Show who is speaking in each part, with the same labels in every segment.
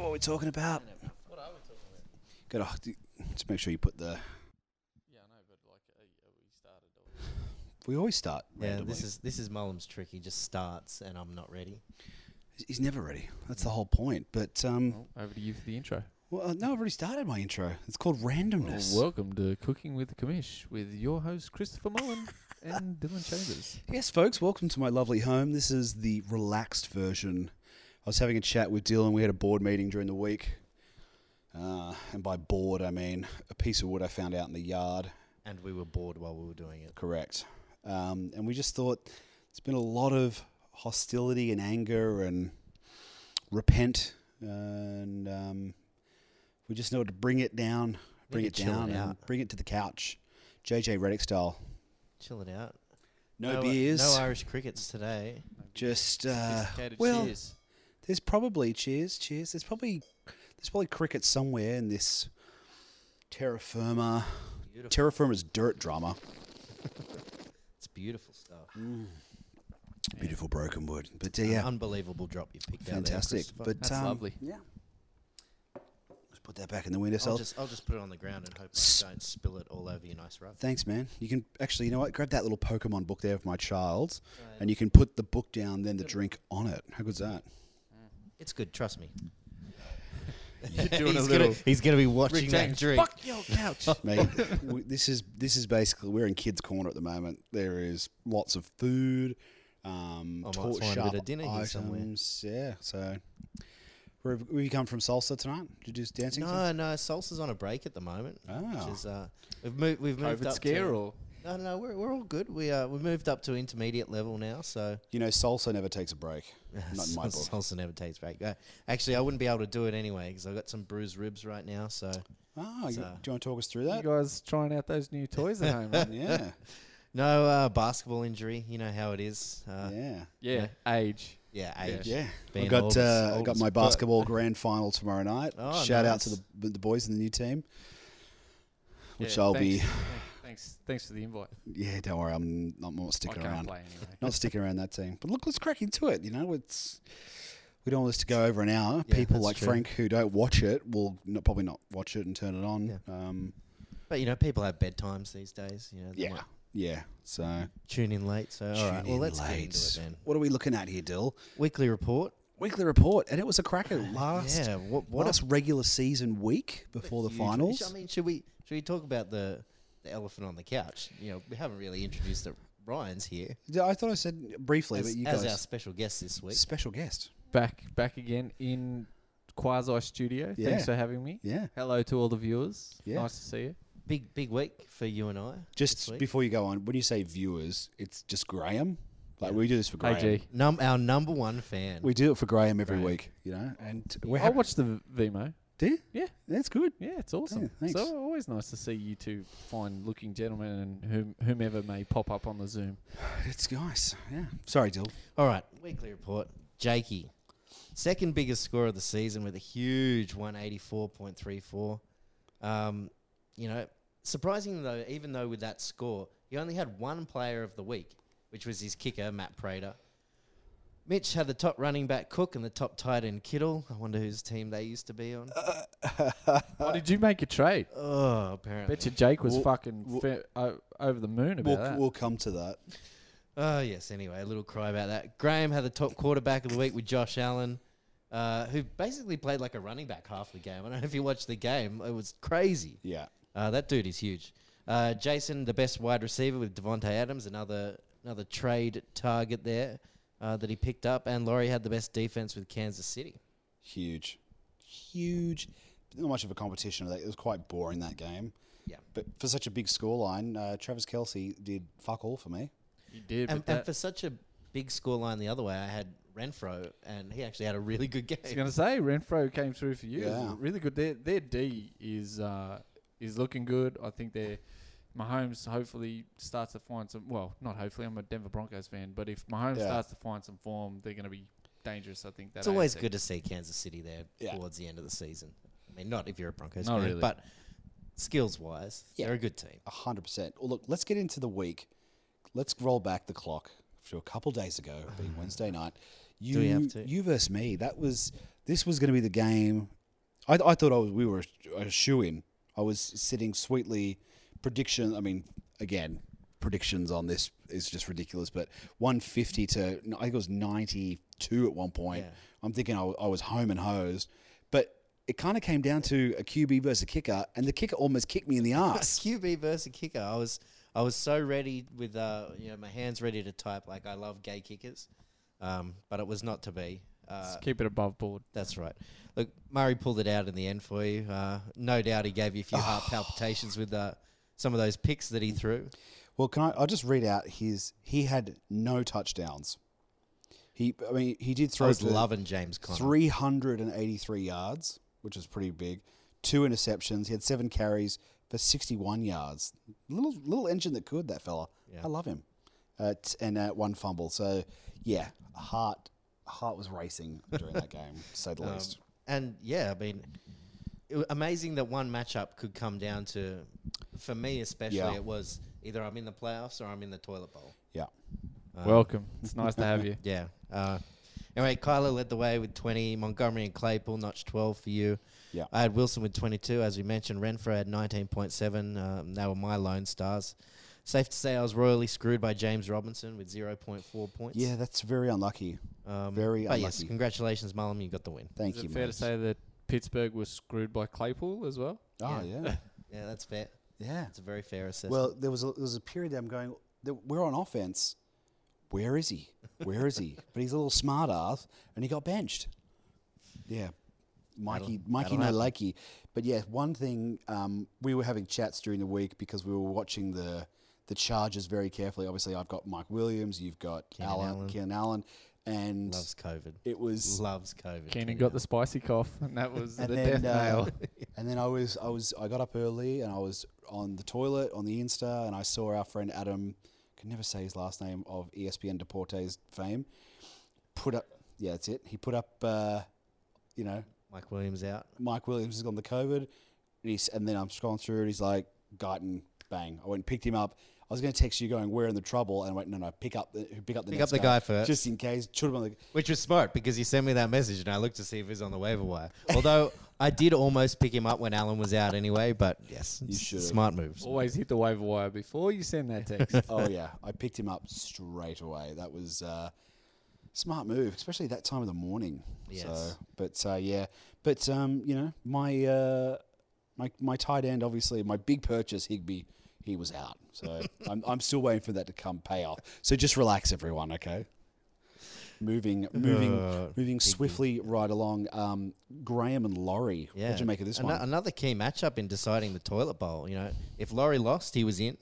Speaker 1: what we're talking about.
Speaker 2: What are we talking about?
Speaker 1: Good. Oh, d- just make sure you put the.
Speaker 2: Yeah, I know, but like, are, are we started or
Speaker 1: We always start.
Speaker 3: Yeah,
Speaker 1: randomly.
Speaker 3: this is this is Mullum's trick. He just starts, and I'm not ready.
Speaker 1: He's- He's never ready. That's
Speaker 3: Mm.
Speaker 1: the whole point. But um,
Speaker 3: Oh.
Speaker 2: over to you for the intro.
Speaker 1: well, uh, no, I've already started my intro. It's called randomness.
Speaker 3: Oh,
Speaker 2: welcome to Cooking with Commish with your host Christopher Mullen and Dylan Chambers.
Speaker 1: Yes, folks, welcome to my lovely home. This is the relaxed version. I was having a chat with Dylan. We had a board meeting during the week. Uh, and by board, I mean a piece of wood I found out in the yard.
Speaker 3: And we were bored while we were doing it.
Speaker 1: Correct. Um, and we just thought there's been a lot of hostility and anger and repent. And um, we just know to bring it down, bring
Speaker 3: could
Speaker 1: it
Speaker 3: chill it
Speaker 1: down, and
Speaker 3: out.
Speaker 1: bring it to the couch. JJ Reddick style.
Speaker 3: Chill it out.
Speaker 1: No,
Speaker 3: uh,
Speaker 1: beers.
Speaker 3: No Irish crickets today.
Speaker 1: just uh, well, There's probably cheers, cheers. There's probably there's probably cricket somewhere in this terra firma.
Speaker 3: Beautiful.
Speaker 1: Terra firma's dirt drama.
Speaker 3: It's beautiful stuff.
Speaker 1: Beautiful broken wood, but uh, yeah,
Speaker 3: Unbelievable drop you picked out. there,
Speaker 1: fantastic.
Speaker 3: Christopher.
Speaker 1: But
Speaker 2: That's
Speaker 1: um,
Speaker 2: lovely.
Speaker 1: Yeah. Let's put that back in the windowsill.
Speaker 3: I'll just I'll just put it on the ground and hope
Speaker 1: S-
Speaker 3: I don't spill it all over your nice rug.
Speaker 1: Thanks, man. You can actually, you know what? Grab that little Pokemon book there of my child,
Speaker 3: Right.
Speaker 1: and you can put the book down, then the drink on it. How good's that?
Speaker 3: It's good, trust me.
Speaker 2: You're doing a
Speaker 3: he's,
Speaker 2: little
Speaker 3: gonna, he's gonna be watching
Speaker 2: Rick
Speaker 3: that
Speaker 2: James.
Speaker 3: drink.
Speaker 2: Fuck your couch.
Speaker 1: Mate, we, this is this is basically we're in kids' corner at the moment. There is lots of food, um,
Speaker 3: I might
Speaker 1: torch
Speaker 3: find a bit
Speaker 1: sharp
Speaker 3: of dinner here somewhere.
Speaker 1: items. Yeah, so where have you come from salsa tonight? Did you do dancing?
Speaker 3: No, no, salsa's on a break at the moment.
Speaker 1: Oh.
Speaker 3: Which is uh, we've moved we've moved
Speaker 2: COVID
Speaker 3: up
Speaker 2: scare
Speaker 3: to,
Speaker 2: or
Speaker 3: No, no, we're we're all good. We uh we moved up to intermediate level now, so
Speaker 1: You know, salsa never takes a break. Not in my book.
Speaker 3: salsa never takes break. Uh, actually, I wouldn't be able to do it anyway because I've got some bruised ribs right now. So
Speaker 1: Oh, you, do you
Speaker 3: So-
Speaker 1: want to talk us through
Speaker 2: you
Speaker 1: that?
Speaker 2: guys trying out those new toys at home? aren't you?
Speaker 1: Yeah,
Speaker 3: no uh, basketball injury. You know how it is. Uh,
Speaker 1: yeah,
Speaker 2: yeah, age.
Speaker 3: yeah.
Speaker 2: Yeah.
Speaker 3: age.
Speaker 1: yeah. I
Speaker 3: Being
Speaker 1: got
Speaker 3: August-
Speaker 1: uh, I got
Speaker 3: August,
Speaker 1: my
Speaker 3: but-
Speaker 1: basketball grand final tomorrow night.
Speaker 3: Oh,
Speaker 1: Shout out
Speaker 3: nice.
Speaker 1: to the the boys in the new team, which
Speaker 2: Yeah,
Speaker 1: I'll
Speaker 2: thanks,
Speaker 1: be.
Speaker 2: thank- Thanks, thanks for the invite.
Speaker 1: Yeah, don't worry, I'm not more sticking
Speaker 2: I can't
Speaker 1: around.
Speaker 2: play anyway.
Speaker 1: not sticking around that team. But look, let's crack into it. You know, it's we don't want this to go over an hour.
Speaker 3: Yeah,
Speaker 1: People
Speaker 3: that's
Speaker 1: like
Speaker 3: true.
Speaker 1: Frank who don't watch it will not, probably not watch it and turn it on.
Speaker 3: Yeah.
Speaker 1: Um,
Speaker 3: But you know, people have bedtimes these days. You know, they
Speaker 1: yeah,
Speaker 3: might
Speaker 1: yeah. So
Speaker 3: tune in late. So all right,
Speaker 1: tune
Speaker 3: well
Speaker 1: in
Speaker 3: let's
Speaker 1: late.
Speaker 3: get into it then.
Speaker 1: What are we looking at here, Dill?
Speaker 3: Weekly report.
Speaker 1: Weekly report, and it was a cracker last
Speaker 3: yeah. What what a
Speaker 1: last regular season week before the
Speaker 3: huge-
Speaker 1: finals.
Speaker 3: I mean, should we should we talk about the the elephant on the couch? You know, we haven't really introduced the Ryan's here
Speaker 1: Yeah, I thought I said briefly,
Speaker 3: as,
Speaker 1: but you
Speaker 3: as
Speaker 1: guys
Speaker 3: our special guest this week.
Speaker 1: special guest.
Speaker 2: Back, back again in Quasi Studio.
Speaker 1: Yeah.
Speaker 2: Thanks for having me.
Speaker 1: Yeah.
Speaker 2: Hello to all the viewers.
Speaker 1: Yeah.
Speaker 2: Nice to see you.
Speaker 3: Big big week for you and I. this
Speaker 1: Just
Speaker 3: week.
Speaker 1: before you go on, when you say viewers, it's just Graham. Like we do this for Graham.
Speaker 2: AG.
Speaker 3: Num- our number one fan.
Speaker 1: We do it for Graham every
Speaker 2: Graham.
Speaker 1: week, you know, and we're
Speaker 2: I
Speaker 1: happy.
Speaker 2: watched the Vimo.
Speaker 1: Do you?
Speaker 2: Yeah.
Speaker 1: That's good.
Speaker 2: Yeah, it's awesome.
Speaker 1: Yeah, thanks.
Speaker 2: So always nice to see you two fine-looking gentlemen and whom, whomever may pop up on the Zoom.
Speaker 1: It's nice. Yeah. Sorry, Dill.
Speaker 3: All right, weekly report. Jakey, second biggest scorer of the season with a huge 184.34. Um, you know, surprising though, even though with that score, he only had one player of the week, which was his kicker, Matt Prater. Mitch had the top running back Cook and the top tight end Kittle. I wonder whose team they used to be on.
Speaker 1: Uh,
Speaker 2: Why did you make a trade?
Speaker 3: oh, apparently.
Speaker 2: Bet you Jake was
Speaker 1: Well,
Speaker 2: fucking
Speaker 1: well-
Speaker 2: fe- o- over the moon about
Speaker 1: We'll,
Speaker 2: that.
Speaker 1: we'll come to that.
Speaker 3: Oh, yes. Anyway, a little cry about that. Graham had the top quarterback of the week with Josh Allen, uh, who basically played like a running back half the game. I don't know if you watched the game. It was crazy.
Speaker 1: Yeah.
Speaker 3: Uh, that dude is huge. Uh, Jason, the best wide receiver with Devontae Adams, another another trade target there uh, that he picked up. And Laurie had the best defense with Kansas City.
Speaker 1: Huge. Huge. Not much of a competition. It was quite boring, that game.
Speaker 3: Yeah.
Speaker 1: But for such a big scoreline, uh, Travis Kelsey did fuck all for me.
Speaker 2: you did,
Speaker 3: And,
Speaker 2: but
Speaker 3: and
Speaker 2: that,
Speaker 3: for such a big scoreline the other way, I had Renfro, and he actually had a really good
Speaker 2: I was
Speaker 3: game.
Speaker 2: going to say Renfro came through for you. It was
Speaker 1: Yeah.
Speaker 2: Really good. Their their D is uh, is looking good. I think their Mahomes hopefully starts to find some. Well, not hopefully. I'm a Denver Broncos fan, but if Mahomes
Speaker 1: Yeah.
Speaker 2: starts to find some form, they're going to be dangerous. I think that
Speaker 3: It's always
Speaker 2: AFC.
Speaker 3: good to see Kansas City there
Speaker 1: Yeah.
Speaker 3: towards the end of the season. I mean, not if you're a Broncos
Speaker 2: Not
Speaker 3: fan,
Speaker 2: really.
Speaker 3: but skills wise,
Speaker 1: Yeah.
Speaker 3: they're a good team.
Speaker 1: A 100%. Well, look, let's get into the week. Let's roll back the clock to a couple days ago, being Wednesday night. You,
Speaker 3: Mm-hmm. we have to?
Speaker 1: You versus me. That was. This was going to be the game I, I thought I was we were a shoe in. I was sitting sweetly prediction. I mean, again, predictions on this is just ridiculous. But 150 to I think it was 92 at one point.
Speaker 3: Yeah.
Speaker 1: I'm thinking I, w- I was home and hosed, but it kind of came down to a QB versus a kicker, and the kicker almost kicked me in the arse.
Speaker 3: QB versus kicker. I was I was so ready with uh, you know my hands ready to type. Like I love gay kickers, um, but it was not to be. Uh,
Speaker 2: Just keep it above board.
Speaker 3: that's right. Look, Murray pulled it out in the end for you. Uh, no doubt he gave you a few heart palpitations with uh, some of those picks that he threw.
Speaker 1: Well, can I? I'll just read out his. He had no touchdowns. He, I mean, he did
Speaker 3: I
Speaker 1: throw
Speaker 3: was
Speaker 1: for
Speaker 3: loving James Conner.
Speaker 1: 383 yards, which is pretty big. Two interceptions. He had seven carries for 61 yards. Little little engine that could that fella. I love him. Uh, t- and uh, one fumble. So yeah, heart heart was racing during that game, to say the
Speaker 3: Um,
Speaker 1: least.
Speaker 3: and yeah, I mean, it was amazing that one matchup could come down to, for me especially,
Speaker 1: Yeah.
Speaker 3: it was either I'm in the playoffs or I'm in the toilet bowl.
Speaker 1: Yeah. Uh,
Speaker 3: Um,
Speaker 2: Welcome. It's nice to have you.
Speaker 3: Yeah. Uh, anyway, Kyler led the way with 20. Montgomery and Claypool notched 12 for you.
Speaker 1: Yeah.
Speaker 3: I had Wilson with 22, as we mentioned. Renfro had 19.7. Um, they were my lone stars. Safe to say I was royally screwed by James Robinson with 0.4 points.
Speaker 1: Yeah, that's very unlucky.
Speaker 3: Um,
Speaker 1: very
Speaker 3: But yes,
Speaker 1: unlucky.
Speaker 3: congratulations, Mullum. You got the win.
Speaker 1: Thank
Speaker 2: Is
Speaker 1: you.
Speaker 2: it fair to
Speaker 1: mate.
Speaker 2: say that Pittsburgh was screwed by Claypool as well?
Speaker 1: Oh
Speaker 3: Yeah.
Speaker 1: yeah,
Speaker 3: Yeah, that's fair.
Speaker 1: yeah.
Speaker 3: That's a very fair assessment.
Speaker 1: Well, there was a, there was a period that I'm going. that We're on offense. Where is he? Where is he? but he's a little smart ass, and he got benched. Yeah, Mikey,
Speaker 3: That'll-
Speaker 1: Mikey,
Speaker 3: that'll
Speaker 1: no
Speaker 3: happen.
Speaker 1: likey. But yeah, one thing um, we were having chats during the week because we were watching the the Chargers very carefully. Obviously, I've got Mike Williams, you've got
Speaker 3: Keenan
Speaker 1: Allen,
Speaker 3: Allen.
Speaker 1: Keenan Allen, and
Speaker 3: loves COVID.
Speaker 1: it was
Speaker 3: Loves COVID.
Speaker 2: Keenan
Speaker 3: Keenan
Speaker 2: got the spicy cough, and that was the
Speaker 1: and
Speaker 2: death
Speaker 1: then uh,
Speaker 2: nail.
Speaker 1: and then I was I was I got up early and I was on the toilet on the Insta and I saw our friend Adam can never say his last name of E ESPN Deportes fame put up yeah that's it he put up uh, you know
Speaker 3: Mike Williams out.
Speaker 1: Mike Williams has on the COVID and he's and then I'm scrolling through and he's like Guyton bang I went and picked him up I was going to text you going we're in the trouble and I went no no pick up the pick up the
Speaker 3: Pick
Speaker 1: next
Speaker 3: up the guy first.
Speaker 1: just in case should have been
Speaker 3: Which was smart because he sent me that message and I looked to see if he was on the waiver wire. Although I did almost pick him up when Alan was out anyway, but yes,
Speaker 1: You
Speaker 3: s-
Speaker 1: should've.
Speaker 3: smart moves.
Speaker 2: Always hit the waiver wire before you send that text.
Speaker 1: like oh yeah I picked him up straight away that was. Uh, smart move, especially that time of the morning. So,
Speaker 3: Yes.
Speaker 1: but uh, yeah, but um, you know, my uh, my my tight end, obviously, my big purchase, Higby, he was out. So I'm I'm still waiting for that to come pay off. So just relax, everyone. Okay. Moving, moving,
Speaker 3: Uh,
Speaker 1: moving swiftly right along. Um, Graham and Laurie.
Speaker 3: Yeah.
Speaker 1: What'd you make of this
Speaker 3: Ano-
Speaker 1: one?
Speaker 3: Another key matchup in deciding the toilet bowl. You know, if Laurie lost, he was in,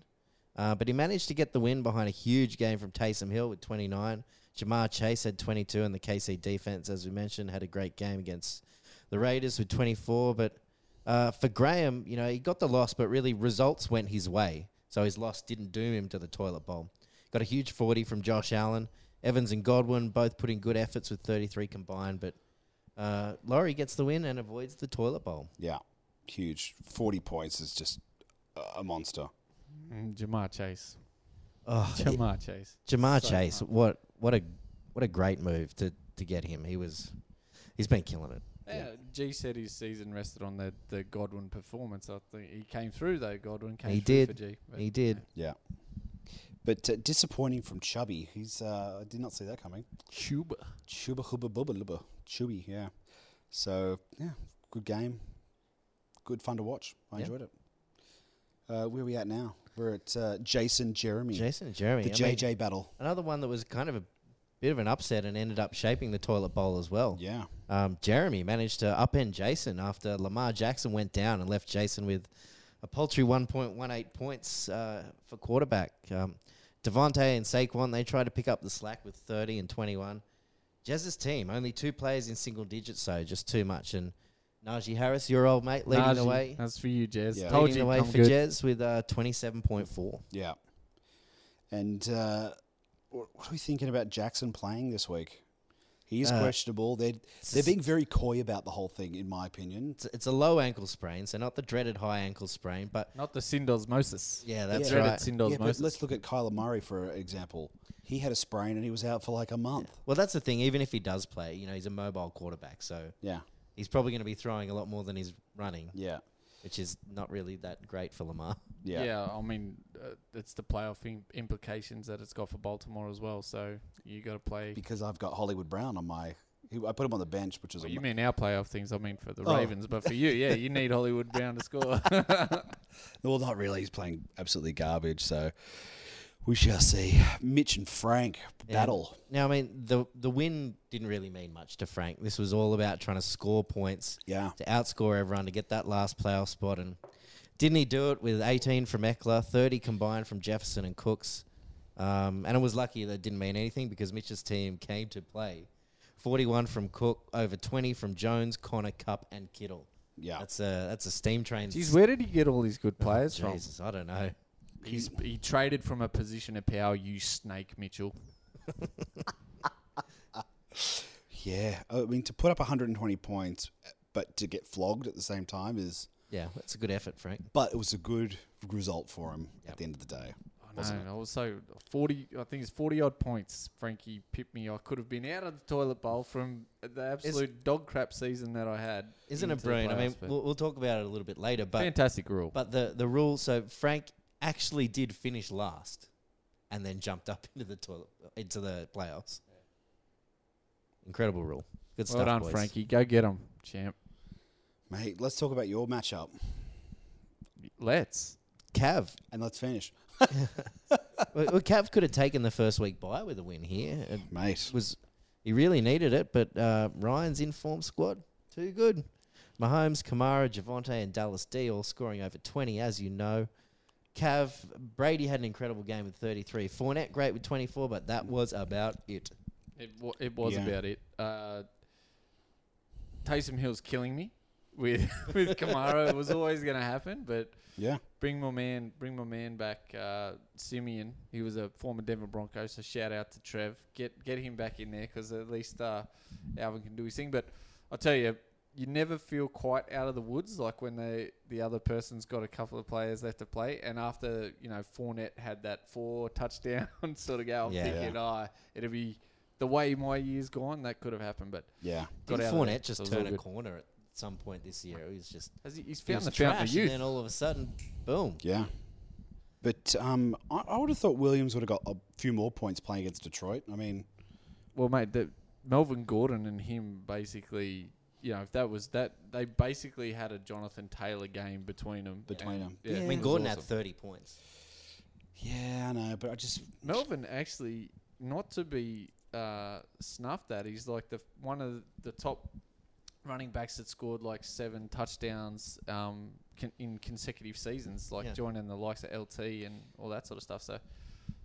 Speaker 3: uh, but he managed to get the win behind a huge game from Taysom Hill with 29. Jamar Chase had 22, and the KC defense, as we mentioned, had a great game against the Raiders with 24. But uh, for Graham, you know, he got the loss, but really results went his way, so his loss didn't doom him to the toilet bowl. Got a huge 40 from Josh Allen. Evans and Godwin both putting good efforts with 33 combined, but uh, Laurie gets the win and avoids the toilet bowl.
Speaker 1: yeah, huge. Forty points is just a- a monster.
Speaker 2: Mm, Jamar Chase.
Speaker 3: Oh,
Speaker 2: Jamar Chase.
Speaker 3: Jamar
Speaker 2: So
Speaker 3: Chase,
Speaker 2: hard.
Speaker 3: what what a what a great move to to get him. He was he's been killing it.
Speaker 2: Yeah. G said his season rested on the, the Godwin performance. I think he came through though. Godwin came
Speaker 3: He
Speaker 2: through
Speaker 3: did.
Speaker 2: for G. but
Speaker 3: He did.
Speaker 1: Yeah. But uh, disappointing from Chubby. He's uh, I did not see that coming.
Speaker 2: Chuba.
Speaker 1: Chuba hubba bubba lubba. Chubby, yeah. So yeah, good game. Good fun to watch. I
Speaker 3: Yeah.
Speaker 1: enjoyed it. Uh, where are we at now? We're at uh, Jason Jeremy.
Speaker 3: Jason and Jeremy.
Speaker 1: the
Speaker 3: I mean,
Speaker 1: JJ battle.
Speaker 3: another one that was kind of a bit of an upset and ended up shaping the toilet bowl as well.
Speaker 1: Yeah.
Speaker 3: Um, Jeremy managed to upend Jason after Lamar Jackson went down and left Jason with a paltry 1.18 points uh, for quarterback. Um, Devontae and Saquon, they tried to pick up the slack with 30 and 21. Jazz's team, only two players in single digits, so just too much. And Najee Harris, your old mate, leading the
Speaker 2: Najee,
Speaker 3: way.
Speaker 2: That's for you, Jez.
Speaker 1: Yeah.
Speaker 2: Told
Speaker 3: leading
Speaker 2: you
Speaker 3: the way
Speaker 2: I'm
Speaker 3: for
Speaker 2: good.
Speaker 3: Jazz with uh, 27.4.
Speaker 1: Yeah. And uh, what, what are we thinking about Jackson playing this week? He's
Speaker 3: Uh,
Speaker 1: questionable. They they're being very coy about the whole thing, in my opinion.
Speaker 3: It's, it's a low ankle sprain, so not the dreaded high ankle sprain, but
Speaker 2: Not the syndesmosis.
Speaker 3: yeah, that's
Speaker 1: Yeah.
Speaker 3: right.
Speaker 1: Yeah, but let's look at Kyler Murray for example. He had a sprain and he was out for like a month.
Speaker 3: Well, that's the thing. Even if he does play, you know, he's a mobile quarterback, so
Speaker 1: Yeah.
Speaker 3: he's probably going to be throwing a lot more than he's running,
Speaker 1: Yeah.
Speaker 3: which is not really that great for Lamar.
Speaker 1: Yeah.
Speaker 2: I mean, uh, it's the playoff im- implications that it's got for Baltimore as well. So you got to play.
Speaker 1: Because I've got Hollywood Brown on my. he- I put him on the bench, which is
Speaker 2: Well,
Speaker 1: a
Speaker 2: you
Speaker 1: ma-
Speaker 2: mean our playoff things? I mean for the
Speaker 1: Oh.
Speaker 2: Ravens, but for you, yeah, you need Hollywood Brown to score.
Speaker 1: well, not really. He's playing absolutely garbage. So we shall see. Mitch and Frank
Speaker 3: Yeah.
Speaker 1: battle.
Speaker 3: Now, I mean, the the win didn't really mean much to Frank. This was all about trying to score points,
Speaker 1: Yeah.
Speaker 3: to outscore everyone, to get that last playoff spot. And didn't he do it with 18 from Eckler, 30 combined from Jefferson and Cooks? Um, and it was lucky that it didn't mean anything because Mitch's team came to play. 41 from Cook, over 20 from Jones, Connor, Cup, and Kittle.
Speaker 1: Yeah.
Speaker 3: That's a that's a steam train.
Speaker 2: Jeez, where did he get all these good players from?
Speaker 3: Jesus, I don't know.
Speaker 2: Oh, He's, he traded from a position of power. You snake, Mitchell.
Speaker 1: yeah. I mean, to put up 120 points, but to get flogged at the same time is.
Speaker 3: Yeah, that's a good effort, Frank.
Speaker 1: But it was a good result for him at the end of the day.
Speaker 2: I know. I was so forty. I think it's forty odd points. Frankie pipped me. I could have been out of the toilet bowl from the absolute dog crap season that I had.
Speaker 3: Isn't it
Speaker 2: into the
Speaker 3: brilliant? I mean,
Speaker 2: playoffs, but-
Speaker 3: we'll, we'll talk about it a little bit later, but
Speaker 2: fantastic rule.
Speaker 3: But the the rule, so Frank actually did finish last, and then jumped up into the toilet into the playoffs. Incredible rule. Good
Speaker 2: well
Speaker 3: stuff,
Speaker 2: done,
Speaker 3: boys.
Speaker 2: Frankie. Go get him, champ.
Speaker 1: Mate, let's talk about your matchup
Speaker 2: Let's.
Speaker 3: Cav,
Speaker 1: and let's finish.
Speaker 3: well, well, Cav could have taken the first week bye with a win here. It
Speaker 1: Mate.
Speaker 3: was he really needed it, but uh, Ryan's informed squad too good. Mahomes, Kamara, Javante, and Dallas D all scoring over twenty, as you know. Cav Brady had an incredible game with thirty three. Fournette great with twenty four, but that was about it.
Speaker 2: It, wa it was
Speaker 1: Yeah.
Speaker 2: about it. Uh, Taysom Hill's killing me with with Kamara. it was always going to happen, but
Speaker 1: Yeah.
Speaker 2: bring my man, bring my man back, uh, Simeon. He was a former Denver Bronco, so shout out to Trev. Get get him back in there because at least uh, Alvin can do his thing. But I'll tell you, you never feel quite out of the woods like when they the other person's got a couple of players left to play. And after you know Fournette had that four touchdown sort of go, I'm
Speaker 3: Yeah.
Speaker 2: thinking, ah, it'll be the way my year's gone. That could have happened, but
Speaker 1: Yeah.
Speaker 2: got
Speaker 3: Did
Speaker 2: out of there,
Speaker 3: Fournette
Speaker 2: so
Speaker 3: just
Speaker 2: it was all
Speaker 3: turn a
Speaker 2: good.
Speaker 3: corner at some point this year? He was just
Speaker 2: Has he, he's
Speaker 3: he was
Speaker 2: found the fountain
Speaker 3: trash,
Speaker 2: of
Speaker 3: and
Speaker 2: youth.
Speaker 3: then all of a sudden, boom.
Speaker 1: Yeah. But um, I, I would have thought Williams would have got a few more points playing against Detroit. I mean,
Speaker 2: Well, mate, the, Melvin Gordon and him basically, you know, if that was that, they basically had a Jonathan Taylor game between them.
Speaker 1: Between 'em.
Speaker 2: Yeah,
Speaker 3: I
Speaker 2: it
Speaker 3: mean,
Speaker 2: was
Speaker 3: Gordon
Speaker 2: awesome.
Speaker 3: had 30 points.
Speaker 1: yeah, I know, but I just
Speaker 2: Melvin actually, not to be uh, snuffed at, he's like the one of the top running backs that scored like seven touchdowns um, con- in consecutive seasons, like
Speaker 3: Yeah.
Speaker 2: joining the likes of LT and all that sort of stuff. So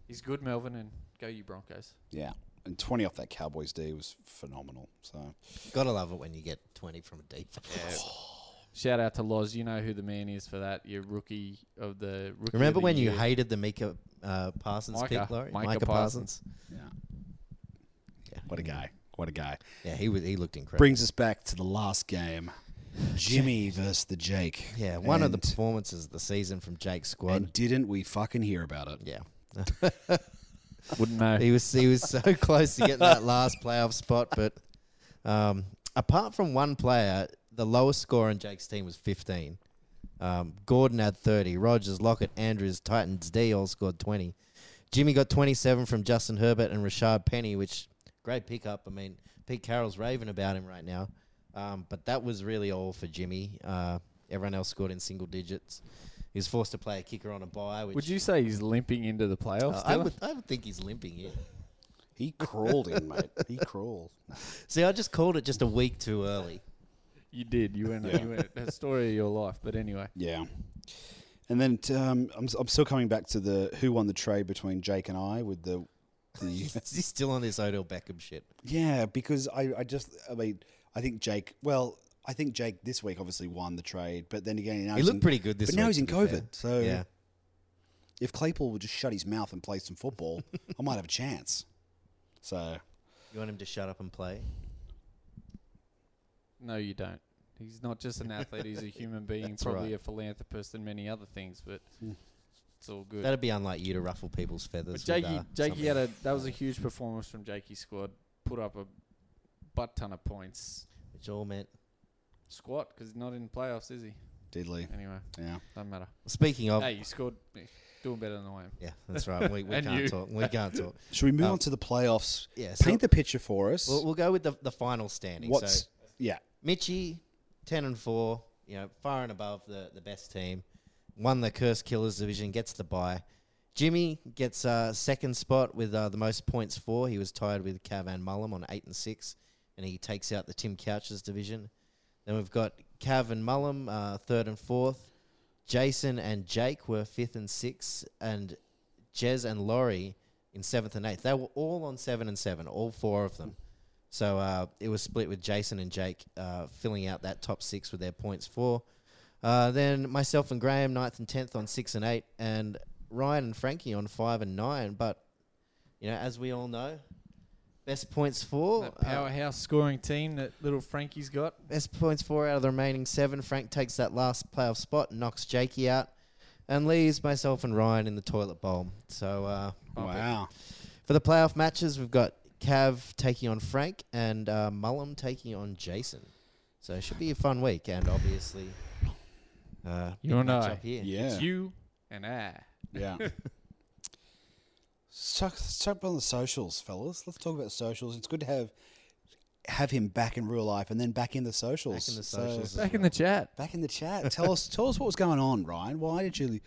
Speaker 2: he's good, Melvin, and go you Broncos.
Speaker 1: yeah, and twenty off that Cowboys D was phenomenal. So
Speaker 3: Gotta love it when you get 20 from a defense.
Speaker 2: Shout out to Loz. You know who the man is for that. Your rookie of the rookie. of
Speaker 3: Remember
Speaker 2: the
Speaker 3: when you
Speaker 2: year.
Speaker 3: hated the Mika uh, Parsons
Speaker 2: Micah.
Speaker 3: pick, Laurie?
Speaker 2: Micah Parsons.
Speaker 1: yeah,
Speaker 3: Yeah.
Speaker 1: what a guy, what a guy.
Speaker 3: Yeah, he was, he looked incredible.
Speaker 1: Brings us back to the last game, Jimmy versus the Jake.
Speaker 3: yeah, one of the
Speaker 1: And-
Speaker 3: performances of the season from Jake's squad.
Speaker 1: And didn't we fucking hear about it?
Speaker 3: yeah.
Speaker 2: Wouldn't know.
Speaker 3: He was he was so close to getting that last playoff spot, but um, apart from one player, the lowest score on Jake's team was 15. Um, Gordon had 30. Rogers, Lockett, Andrews, Titans D all scored 20. Jimmy got 27 from Justin Herbert and Rashad Penny, which great pickup. I mean, Pete Carroll's raving about him right now. Um, but that was really all for Jimmy. Uh, everyone else scored in single digits. He was forced to play a kicker on a bye, which
Speaker 2: Would you say he's limping into the playoffs?
Speaker 3: uh, I, would, I would think he's limping here.
Speaker 1: He crawled in, mate. He crawled.
Speaker 3: See, I just called it just a week too early.
Speaker 2: you did. You went.
Speaker 1: Yeah.
Speaker 2: You went. The story of your life. But anyway,
Speaker 1: Yeah. And then t- um, I'm, s- I'm still coming back to the who won the trade between Jake and I with the, the
Speaker 3: He's still on this Odell Beckham shit.
Speaker 1: yeah because I, I just I mean I think Jake well I think Jake this week obviously won the trade but then again now
Speaker 3: He
Speaker 1: he's
Speaker 3: looked
Speaker 1: in-
Speaker 3: pretty good this
Speaker 1: but now
Speaker 3: week,
Speaker 1: he's in
Speaker 3: to be fair.
Speaker 1: COVID so
Speaker 3: Yeah.
Speaker 1: if Claypool would just shut his mouth and play some football I might have a chance so
Speaker 3: You want him to shut up and play?
Speaker 2: no, you don't. He's not just an athlete. He's a human being.
Speaker 3: That's
Speaker 2: probably
Speaker 3: right.
Speaker 2: a philanthropist and many other things. But it's all good.
Speaker 3: That'd be unlike you to ruffle people's feathers.
Speaker 2: But Jakey,
Speaker 3: with, uh,
Speaker 2: Jakey had
Speaker 3: something.
Speaker 2: a that was a huge performance from Jakey's squad. Put up a butt ton of points.
Speaker 3: which all meant
Speaker 2: squat because he's not in playoffs, is he?
Speaker 1: Diddley.
Speaker 2: Anyway,
Speaker 1: Yeah.
Speaker 2: doesn't matter.
Speaker 3: Speaking of,
Speaker 2: Hey, you scored. eh, Doing better than I am.
Speaker 3: yeah, that's right. We, we
Speaker 2: And
Speaker 3: can't
Speaker 2: you.
Speaker 3: talk. We can't talk.
Speaker 1: Should we move
Speaker 3: Um,
Speaker 1: on to the playoffs?
Speaker 3: Yeah, so
Speaker 1: Paint the picture for us.
Speaker 3: we'll, we'll go with the the final standing.
Speaker 1: What's
Speaker 3: so
Speaker 1: yeah?
Speaker 3: Mitchie, ten and four, you know, far and above the, the best team. Won the Curse Killers division, gets the bye. Jimmy gets uh, second spot with uh, the most points for. He was tied with Cav and Mullum on eight and six, and he takes out the Tim Couches division. Then we've got Cav and Mullum uh, third and fourth. Jason and Jake were fifth and sixth, and Jez and Laurie in seventh and eighth. They were all on seven and seven, all four of them. So uh, it was split with Jason and Jake uh, filling out that top six with their points four. Uh, then myself and Graham ninth and tenth on six and eight, and Ryan and Frankie on five and nine. But you know, as we all know, best points for
Speaker 2: That
Speaker 3: uh,
Speaker 2: powerhouse scoring team that little Frankie's got.
Speaker 3: best points four out of the remaining seven. Frank takes that last playoff spot, and knocks Jakey out, and leaves myself and Ryan in the toilet bowl. So uh,
Speaker 2: Bump it.
Speaker 1: Wow.
Speaker 3: for the playoff matches, we've got Cav taking on Frank and uh, Mullum taking on Jason. So it should be a fun week, and obviously, uh, big
Speaker 2: You're not.
Speaker 3: matchup here.
Speaker 1: Yeah.
Speaker 2: It's you and I.
Speaker 1: Yeah. Let's talk, let's talk about the socials, fellas. Let's talk about socials. It's good to have have him back in real life and then back in the socials.
Speaker 3: Back in the
Speaker 1: So-
Speaker 3: socials. as
Speaker 2: Back in
Speaker 3: well.
Speaker 2: the chat.
Speaker 1: back in the chat. Tell us, tell us what was going on, Ryan. Why did you?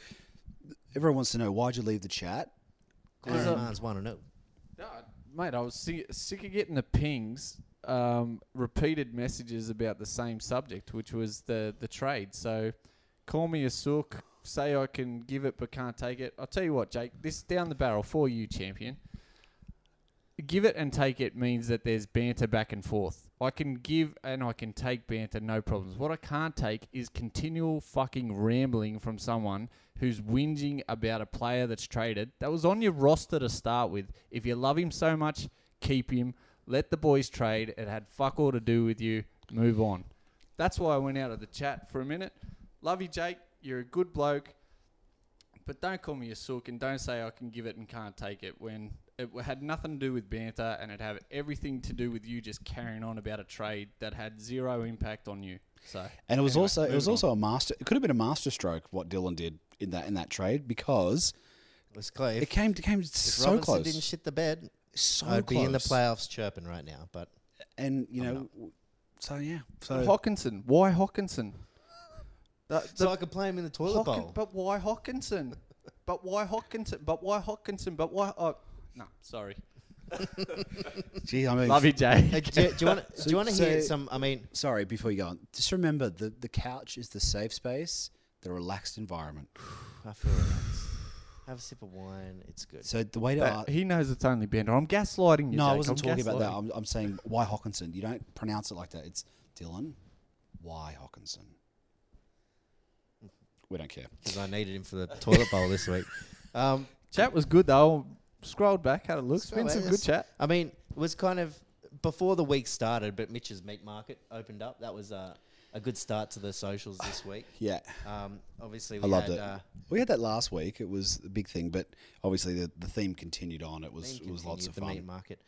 Speaker 1: Everyone wants to know why'd you leave the chat.
Speaker 3: Because
Speaker 2: Um,
Speaker 3: Man's one and oh.
Speaker 2: No, mate, I was sick, sick of getting the pings, um, repeated messages about the same subject, which was the, the trade. So call me a sook, say I can give it but can't take it. I'll tell you what, Jake, this down the barrel for you, champion. Give it and take it means that there's banter back and forth. I can give and I can take banter, no problems. What I can't take is continual fucking rambling from someone who's whinging about a player that's traded that was on your roster to start with. If you love him so much, keep him. Let the boys trade. It had fuck all to do with you. Move on. That's why I went out of the chat for a minute. Love you, Jake. You're a good bloke. But don't call me a sook and don't say I can give it and can't take it when it w- had nothing to do with banter and it had everything to do with you just carrying on about a trade that had zero impact on you. So
Speaker 1: And it was
Speaker 2: anyway,
Speaker 1: also it was
Speaker 2: moving on.
Speaker 1: also a master. It could have been a master stroke what Dylan did in that in that trade because
Speaker 3: It was close.
Speaker 1: it came it came
Speaker 3: If
Speaker 1: so
Speaker 3: Robinson
Speaker 1: close,
Speaker 3: didn't shit the bed,
Speaker 1: so
Speaker 3: I'd
Speaker 1: close.
Speaker 3: be in the playoffs chirping right now. But
Speaker 1: And you
Speaker 3: I'm
Speaker 1: know, so yeah, so
Speaker 2: But Hawkinson, why Hawkinson? The- the-
Speaker 3: so I could play him in the toilet
Speaker 2: Hawkin-
Speaker 3: bowl.
Speaker 2: But why Hawkinson? but why Hawkinson? But why Hawkinson? But why? Oh, no, sorry.
Speaker 1: gee, I mean,
Speaker 2: Love you, Jay.
Speaker 3: Hey, do, do you want to
Speaker 1: So-
Speaker 3: do you want to hear
Speaker 1: so-
Speaker 3: some? I mean,
Speaker 1: sorry. Before you go on, just remember the the couch is the safe space, the relaxed environment.
Speaker 3: I feel relaxed. Have a sip of wine. It's good.
Speaker 1: So the way to ar-
Speaker 2: he knows it's only Bender. I'm gaslighting you.
Speaker 1: No, I
Speaker 2: Jake.
Speaker 1: wasn't
Speaker 2: I'm
Speaker 1: talking about that.
Speaker 2: gaslighting.
Speaker 1: I'm, I'm saying why Hawkinson. You don't pronounce it like that. It's Dylan. Why Hawkinson? We don't care.
Speaker 3: Because I needed him for the toilet bowl this week. Um,
Speaker 2: Chat was good though. Scrolled back, had a look. It's
Speaker 3: Scroll
Speaker 2: been some
Speaker 3: back,
Speaker 2: good
Speaker 3: yes.
Speaker 2: chat.
Speaker 3: I mean, it was kind of before the week started, but Mitch's meat market opened up. That was uh, a good start to the socials this week.
Speaker 1: Yeah,
Speaker 3: Um, obviously, we
Speaker 1: I loved
Speaker 3: had,
Speaker 1: it.
Speaker 3: Uh,
Speaker 1: we had that last week. It was a big thing, but obviously the, the theme continued on. It was
Speaker 3: Dean
Speaker 1: it was lots
Speaker 3: continued
Speaker 1: of
Speaker 3: the meat
Speaker 1: fun.
Speaker 3: market.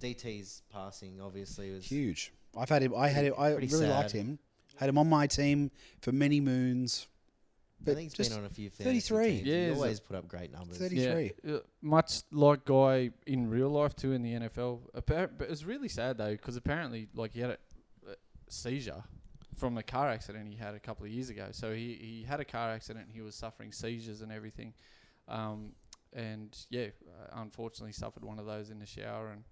Speaker 3: DT's passing obviously was
Speaker 1: Huge. I've had him. I had him. I
Speaker 3: Pretty
Speaker 1: really liked
Speaker 3: sad.
Speaker 1: him. Had him on my team for many moons.
Speaker 3: I
Speaker 1: But
Speaker 3: think he's
Speaker 1: just
Speaker 3: been on a few
Speaker 1: 33.
Speaker 3: 33.
Speaker 2: Yeah,
Speaker 3: he
Speaker 2: he's
Speaker 3: always put up great numbers.
Speaker 1: 30
Speaker 2: Yeah, uh, much like guy in real life too in the NFL. Appar- but it's really sad though because apparently, like he had a, a seizure from a car accident he had a couple of years ago. So he he had a car accident. He was suffering seizures and everything, um, and yeah, uh, unfortunately suffered one of those in the shower and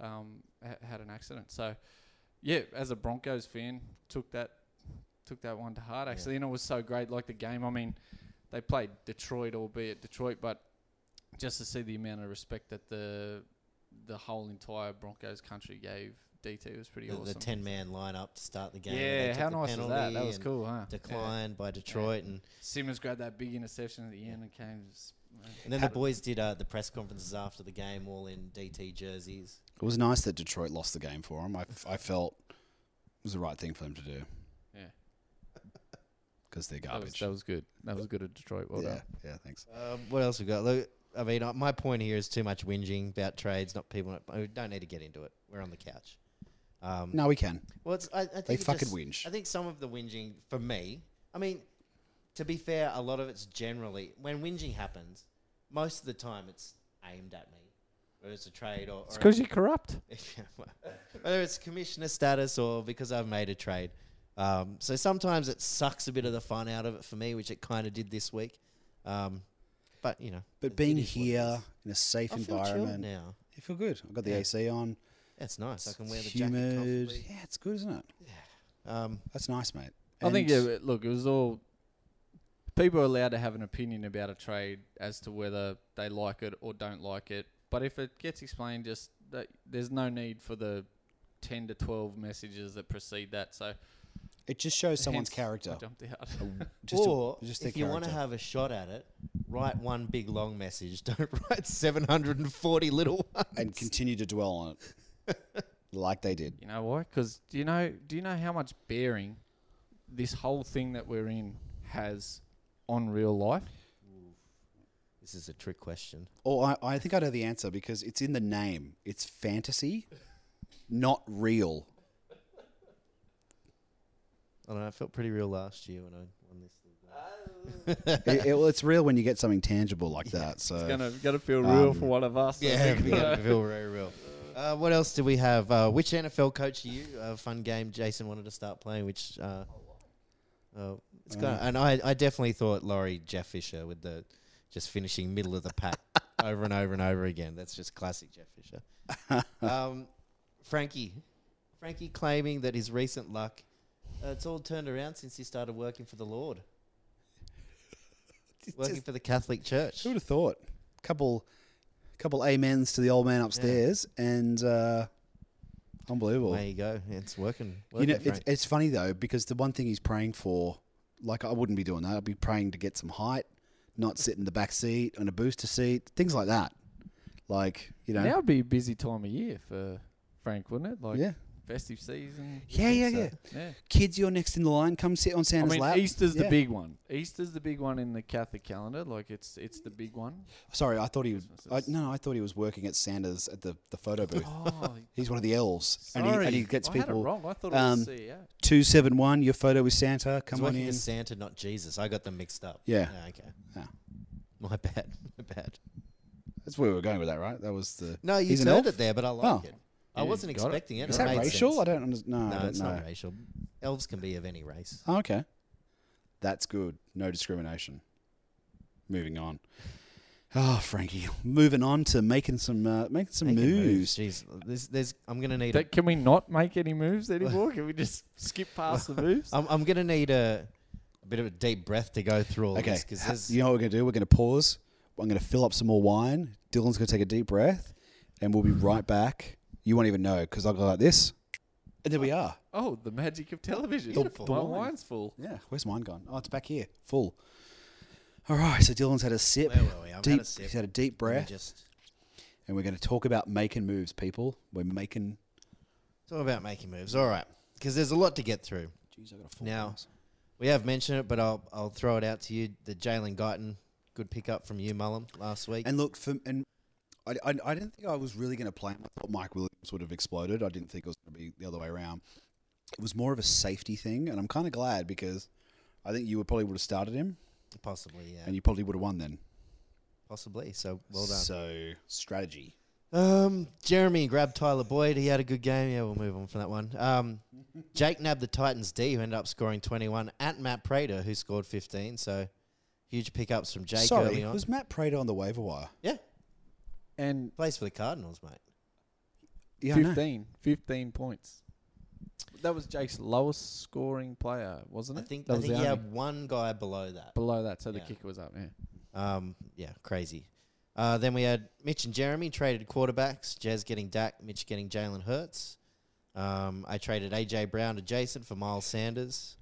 Speaker 2: um, ha- had an accident. So yeah, as a Broncos fan, took that took that one to heart
Speaker 3: Yeah.
Speaker 2: actually, and it was so great. Like the game, I mean, they played Detroit, albeit Detroit, but just to see the amount of respect that the the whole entire Broncos country gave DT was pretty
Speaker 3: The,
Speaker 2: awesome.
Speaker 3: the 10 man lineup to start the game. They
Speaker 2: yeah,
Speaker 3: took
Speaker 2: how
Speaker 3: the
Speaker 2: nice was that?
Speaker 3: penalty
Speaker 2: That was
Speaker 3: and
Speaker 2: cool, huh? Yeah.
Speaker 3: Declined by Detroit, and,
Speaker 2: Simmons grabbed that big interception at the end and came. Just,
Speaker 3: and then the boys did uh, the press conferences after the game, all in DT jerseys.
Speaker 1: It was nice that Detroit lost the game for him. I, I felt it was the right thing for them to do
Speaker 2: yeah,
Speaker 1: because they're
Speaker 2: that was,
Speaker 1: garbage.
Speaker 2: that was good. That was good at Detroit. Well
Speaker 1: yeah,
Speaker 2: done.
Speaker 1: yeah. Thanks.
Speaker 3: Um, what else we got? Look, I mean, uh, my point here is too much whinging about trades, not people. Not, we don't need to get into it. We're on the couch. Um,
Speaker 1: No, we can.
Speaker 3: Well, it's, I, I think
Speaker 1: They
Speaker 3: it
Speaker 1: fucking
Speaker 3: just-
Speaker 1: whinge.
Speaker 3: I think some of the whinging, for me, I mean, to be fair, a lot of it's generally when whinging happens. Most of the time, it's aimed at me, whether it's a trade or, or
Speaker 2: It's
Speaker 3: a-
Speaker 2: because you're corrupt.
Speaker 3: Yeah, well, whether it's commissioner status or because I've made a trade. Um, so sometimes it sucks a bit of the fun out of it for me, which it kind of did this week. Um, but you know, it-
Speaker 1: But
Speaker 3: it
Speaker 1: being
Speaker 3: is what it
Speaker 1: here
Speaker 3: is.
Speaker 1: in a safe
Speaker 3: I feel chilled
Speaker 1: environment,
Speaker 3: now.
Speaker 1: you feel good. I've got the
Speaker 3: Yeah.
Speaker 1: AC on.
Speaker 3: That's nice. I
Speaker 1: it's
Speaker 3: can wear the jacket
Speaker 1: humid.
Speaker 3: comfortably.
Speaker 1: yeah, it's good, isn't it?
Speaker 3: Um,
Speaker 1: That's nice, mate.
Speaker 2: I think, yeah,
Speaker 1: And
Speaker 2: but look, it was all. People are allowed to have an opinion about a trade as to whether they like it or don't like it. But if it gets explained, just that there's no need for the 10 to 12 messages that precede that. So
Speaker 1: it just shows someone's
Speaker 2: hence, I
Speaker 1: character.
Speaker 2: jumped out.
Speaker 1: A- Just a-
Speaker 3: or
Speaker 1: just their
Speaker 3: if you want to
Speaker 1: character.
Speaker 3: have a shot at it, write one big long message. Don't write seven hundred and forty little ones.
Speaker 1: and continue to dwell on it, like they did.
Speaker 2: You know why? Because do you know do you know how much bearing this whole thing that we're in has on real life?
Speaker 3: This is a trick question.
Speaker 1: Or I, I think I know the answer because it's in the name. It's fantasy, not real.
Speaker 3: I don't know. I felt pretty real last year when I won this. League.
Speaker 1: it, it- well, it's real when you get something tangible like that. So
Speaker 2: It's gonna gonna feel real for one of us. I
Speaker 3: Yeah,
Speaker 2: think.
Speaker 3: yeah, feel very real. Uh, what else do we have? Uh, which NFL coach are you? uh, fun game Jason wanted to start playing. Which uh, uh, it's gonna, and I, I definitely thought Laurie Jeff Fisher with the just finishing middle of the pack over and over and over again. That's just classic Jeff Fisher. um, Frankie, Frankie claiming that his recent luck, uh, it's all turned around since he started working for the Lord, working for the Catholic Church.
Speaker 1: who would have thought? Couple, couple amens to the old man upstairs, and uh, unbelievable.
Speaker 3: There you go. It's working.
Speaker 1: you
Speaker 3: working
Speaker 1: know, it's,
Speaker 3: Frank.
Speaker 1: it's funny though because the one thing he's praying for, like I wouldn't be doing that. I'd be praying to get some height, not sit in the back seat on a booster seat, things like that. Like you know,
Speaker 2: Now would be a busy time of year for Frank, wouldn't it? Like
Speaker 1: yeah,
Speaker 2: festive season.
Speaker 1: yeah, yeah, yeah.
Speaker 2: Yeah.
Speaker 1: Kids, you're next in the line. Come sit on
Speaker 2: I
Speaker 1: Santa's
Speaker 2: mean,
Speaker 1: lap.
Speaker 2: Easter's
Speaker 1: Yeah.
Speaker 2: the big one. Easter's the big one in the Catholic calendar. Like it's it's the big one.
Speaker 1: Sorry, I thought he was. I,
Speaker 2: Christmas is-
Speaker 1: no, I thought he was working at Santa's at the, the photo booth.
Speaker 2: Oh,
Speaker 1: He's one of the elves,
Speaker 2: sorry.
Speaker 1: and he and he gets
Speaker 2: I had it
Speaker 1: people
Speaker 2: wrong. I thought it was
Speaker 1: um,
Speaker 2: CEO.
Speaker 1: two seven one. Your photo with Santa.
Speaker 3: It's
Speaker 1: Come on
Speaker 3: working
Speaker 1: in.
Speaker 3: as Santa, not Jesus. I got them mixed up.
Speaker 1: Yeah.
Speaker 3: okay.
Speaker 1: Yeah.
Speaker 3: My bad. My bad.
Speaker 1: That's where we were going with that, right? That was the.
Speaker 3: No, you
Speaker 1: He's an
Speaker 3: turned
Speaker 1: elf?
Speaker 3: it there, but I like
Speaker 1: Oh.
Speaker 3: it. I
Speaker 2: You
Speaker 3: wasn't
Speaker 2: got it?
Speaker 3: expecting it.
Speaker 1: Is
Speaker 3: It
Speaker 1: that
Speaker 3: made
Speaker 1: racial?
Speaker 3: sense.
Speaker 1: I don't understand. No, I
Speaker 3: No,
Speaker 1: don't
Speaker 3: it's
Speaker 1: know.
Speaker 3: not racial. Elves can be of any race.
Speaker 1: Oh, okay. That's good. No discrimination. Moving on. Oh, Frankie. Moving on to making some uh, making some
Speaker 3: Making
Speaker 1: moves.
Speaker 3: Jeez, there's, there's, I'm gonna need. A,
Speaker 2: That- can we not make any moves anymore? can we just skip past the moves?
Speaker 3: I'm, I'm gonna need a, a bit of a deep breath to go through all
Speaker 1: Okay.
Speaker 3: this because there's.
Speaker 1: You know what we're gonna do? We're gonna pause. I'm gonna fill up some more wine. Dylan's gonna take a deep breath, and we'll be right back. You won't even know because I'll go like this, and there we are.
Speaker 2: Oh, the magic of television.
Speaker 3: Beautiful.
Speaker 2: My
Speaker 1: The wine.
Speaker 2: wine's full.
Speaker 1: Yeah. Where's mine gone? Oh, it's back here, full. All right. So Dylan's had a sip.
Speaker 3: Where were we? I've had a
Speaker 1: deep,
Speaker 3: sip.
Speaker 1: He's had a deep
Speaker 3: let me
Speaker 1: breath,
Speaker 3: Just
Speaker 1: and we're gonna talk about making moves, people. We're making.
Speaker 3: talk about making moves. All right, because there's a lot to get through.
Speaker 1: Jeez, I got a full
Speaker 3: Now-
Speaker 1: glass.
Speaker 3: We have mentioned it, but I'll I'll throw it out to you. The Jalen Guyton, good pickup from you, Mullen, last week.
Speaker 1: And look, for and I, I, I didn't think I was really going to play him. I thought Mike Williams would have exploded. I didn't think it was going to be the other way around. It was more of a safety thing, and I'm kind of glad because I think you would probably would have started him,
Speaker 3: Possibly, yeah.
Speaker 1: and you probably would have won then.
Speaker 3: Possibly. So well done.
Speaker 1: So strategy.
Speaker 3: Um, Jeremy grabbed Tyler Boyd. He had a good game. Yeah, we'll move on from that one. Um, Jake nabbed the Titans D, who ended up scoring 21 at Matt Prater, who scored 15. So huge pickups from Jake
Speaker 1: Sorry,
Speaker 3: early on.
Speaker 1: was Matt Prater on the waiver wire?
Speaker 3: yeah,
Speaker 2: And
Speaker 3: plays for the Cardinals, mate.
Speaker 1: Yeah, I know.
Speaker 2: 15, 15 points. That was Jake's lowest scoring player, wasn't
Speaker 3: I
Speaker 2: it?
Speaker 3: think
Speaker 2: that
Speaker 3: I
Speaker 2: was
Speaker 3: think
Speaker 2: the
Speaker 3: he
Speaker 2: only-
Speaker 3: had one guy below that.
Speaker 2: below that, so the
Speaker 3: Yeah.
Speaker 2: kicker was up. Yeah.
Speaker 3: Um, yeah, crazy. Uh, then we had Mitch and Jeremy traded quarterbacks. Jazz getting Dak, Mitch getting Jalen Hurts. Um, I traded AJ Brown to Jason for Miles Sanders.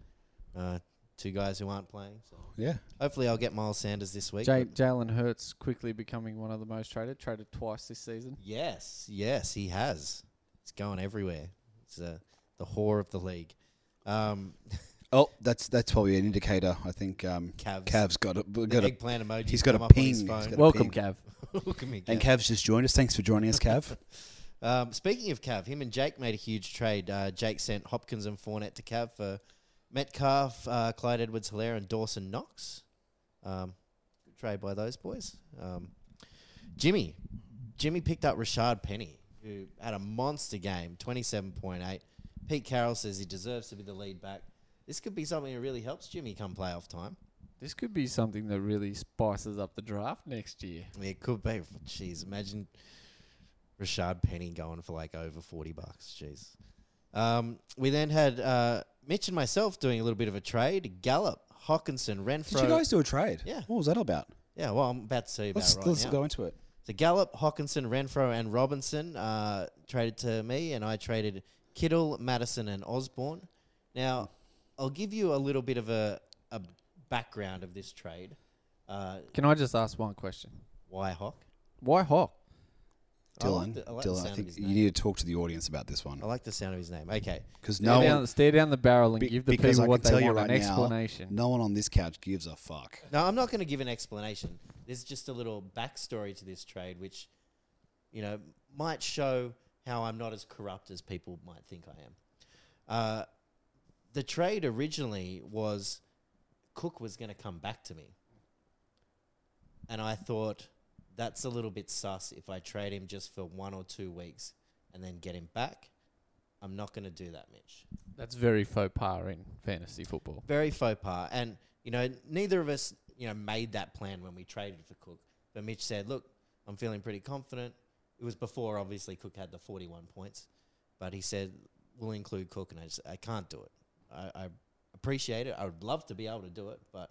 Speaker 3: Uh, two guys who aren't playing. So
Speaker 1: Yeah,
Speaker 3: hopefully, I'll get Miles Sanders this week.
Speaker 2: J-
Speaker 3: but-
Speaker 2: Jalen Hurts quickly becoming one of the most traded, traded twice this season.
Speaker 3: Yes, yes, he has. It's going everywhere. It's uh, the whore of the league. Um,
Speaker 1: Oh, that's that's probably an indicator. I think um,
Speaker 3: Cavs.
Speaker 1: Cavs got a
Speaker 3: The
Speaker 1: got a,
Speaker 3: eggplant emoji.
Speaker 1: he's got
Speaker 3: come
Speaker 1: a
Speaker 3: up on his
Speaker 1: ping. He's
Speaker 3: phone.
Speaker 1: got a
Speaker 2: Welcome,
Speaker 1: ping.
Speaker 2: Cav.
Speaker 3: Look at me
Speaker 1: and
Speaker 3: go.
Speaker 1: Cavs just joined us. Thanks for joining us, Cav.
Speaker 3: Um, speaking of Cav, him and Jake made a huge trade. Uh, Jake sent Hopkins and Fournette to Cav for Metcalf, uh, Clyde Edwards Hilaire, and Dawson Knox. Um, good trade by those boys. Um, Jimmy. Jimmy picked up Rashad Penny, who had a monster game, 27.8. Pete Carroll says he deserves to be the lead back. This could be something that really helps Jimmy come playoff time.
Speaker 2: This could be something that really spices up the draft next year.
Speaker 3: It could be. Jeez, imagine Rashad Penny going for like over 40 bucks. Jeez. Um, we then had uh, Mitch and myself doing a little bit of a trade. Gallup, Hawkinson, Renfro.
Speaker 1: Did you guys do a trade?
Speaker 3: Yeah.
Speaker 1: What was that about?
Speaker 3: yeah, well, I'm about to tell you about
Speaker 1: Let's
Speaker 3: it right
Speaker 1: let's
Speaker 3: now.
Speaker 1: go into it.
Speaker 3: So Gallup, Hawkinson, Renfro, and Robinson uh, traded to me, and I traded Kittle, Madison, and Osborne. Now, I'll give you a little bit of a, a background of this trade. Uh,
Speaker 2: Can I just ask one question?
Speaker 3: why Hawk?
Speaker 2: Why Hawk?
Speaker 3: I like
Speaker 1: Dylan,
Speaker 3: the- I like the
Speaker 1: Dylan,
Speaker 3: sound
Speaker 1: I
Speaker 3: of
Speaker 1: think
Speaker 3: his
Speaker 1: you
Speaker 3: name. Oh,
Speaker 1: need to talk to the audience about this one
Speaker 3: I like the sound of his name. Okay.
Speaker 1: because
Speaker 2: Stare,
Speaker 1: no
Speaker 2: down,
Speaker 1: one,
Speaker 2: stare down the barrel and
Speaker 1: be-
Speaker 2: give the
Speaker 1: because
Speaker 2: people
Speaker 1: I
Speaker 2: what
Speaker 1: can
Speaker 2: they
Speaker 1: tell
Speaker 2: want
Speaker 1: you right
Speaker 2: an
Speaker 1: now,
Speaker 2: explanation.
Speaker 1: no one on this couch gives a fuck.
Speaker 3: No, I'm not going to give an explanation. There's just a little backstory to this trade, which, you know, might show how I'm not as corrupt as people might think I am. Uh, the trade originally was Cook was going to come back to me. And I thought that's a little bit sus if I trade him just for one or two weeks and then get him back. I'm not going to do that, Mitch
Speaker 2: That's very faux pas in fantasy football.
Speaker 3: very faux pas. And you know, neither of us, you know, made that plan when we traded for Cook. But Mitch said, "Look, I'm feeling pretty confident." It was before, obviously, Cook had the 41 points, but he said, "We'll include Cook," and I just, I can't do it. I, I appreciate it. I would love to be able to do it, but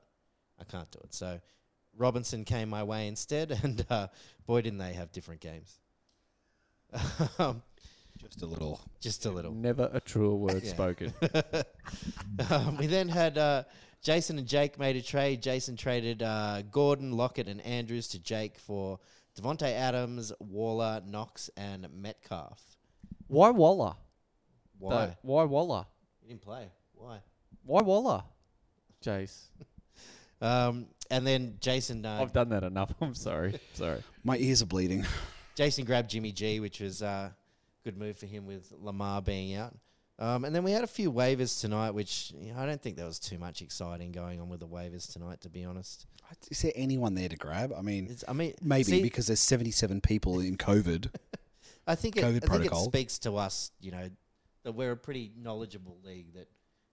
Speaker 3: I can't do it. So Robinson came my way instead, and uh, boy, didn't they have different games. um,
Speaker 1: Just a little.
Speaker 3: just a little.
Speaker 2: Never a truer word
Speaker 3: Yeah.
Speaker 2: spoken.
Speaker 3: um, we then had uh, Jason and Jake made a trade. Jason traded uh, Gordon, Lockett, and Andrews to Jake for Devontae Adams, Waller, Knox, and Metcalf.
Speaker 2: Why Waller?
Speaker 3: Why?
Speaker 2: though? Why Waller?
Speaker 3: He didn't play. Why?
Speaker 2: Why Waller? Jace.
Speaker 3: Um, and then Jason uh,
Speaker 2: I've done that enough. I'm sorry. Sorry.
Speaker 1: My ears are bleeding.
Speaker 3: Jason grabbed Jimmy G, which was uh, good move for him with Lamar being out. Um, and then we had a few waivers tonight, which you know, I don't think there was too much exciting going on with the waivers tonight, to be honest.
Speaker 1: Is there anyone there to grab? I mean,
Speaker 3: It's, I mean,
Speaker 1: maybe
Speaker 3: see-
Speaker 1: because there's 77 people in COVID.
Speaker 3: I think it,
Speaker 1: COVID
Speaker 3: I think it
Speaker 1: protocol.
Speaker 3: speaks to us, you know, that we're a pretty knowledgeable league. That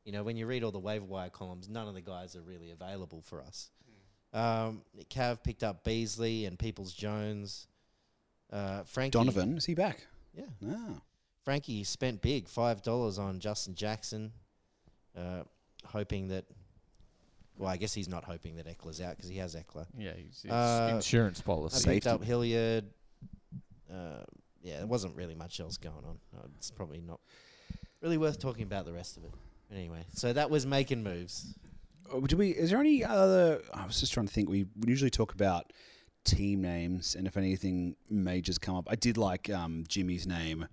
Speaker 3: you know, when you read all the waiver wire columns, none of the guys are really available for us. Um, Cav picked up Beasley and Peoples Jones. Uh, Frankie
Speaker 1: Donovan, is he back? Ah.
Speaker 3: yeah.
Speaker 1: No.
Speaker 3: Frankie spent big five dollars on Justin Jackson, uh, hoping that. Well, I guess he's not hoping that Eckler's out because he has Eckler.
Speaker 2: Yeah, it's, it's
Speaker 3: Uh,
Speaker 2: insurance
Speaker 3: I
Speaker 2: policy.
Speaker 3: picked
Speaker 1: Safety.
Speaker 3: up Hilliard. Uh, yeah, there wasn't really much else going on. Uh, It's probably not really worth talking about the rest of it. But anyway, so that was making moves.
Speaker 1: Uh, Do we? Is there any other? I was just trying to think. We we usually talk about team names and if anything majors come up. I did like um, Jimmy's name.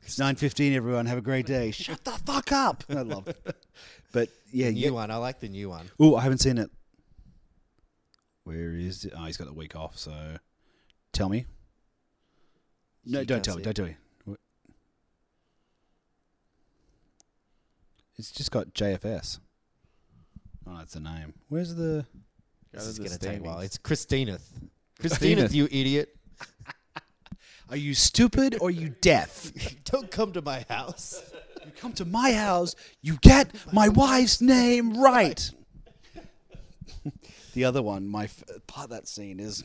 Speaker 1: It's nine fifteen. Everyone have a great day. Shut the fuck up. I love. it. But yeah,
Speaker 3: The new
Speaker 1: yeah.
Speaker 3: one. I like the new one.
Speaker 1: Oh, I haven't seen it. Where is it? Oh, he's got the week off. So tell me. No,
Speaker 3: You
Speaker 1: don't
Speaker 3: can't
Speaker 1: tell
Speaker 3: see
Speaker 1: me.
Speaker 3: it.
Speaker 1: Don't tell me. What- It's just got JFS. Oh, that's the name. Where's the?
Speaker 2: Go
Speaker 3: This
Speaker 2: to
Speaker 3: is
Speaker 2: the
Speaker 3: going to take a while.
Speaker 2: standings.
Speaker 3: It's Christineth.
Speaker 2: Christineth.
Speaker 3: Christineth, you idiot.
Speaker 1: Are you stupid or you deaf?
Speaker 3: Don't come to my house.
Speaker 1: You come to my house, you get my wife's name right. the other one, my f- part of that scene is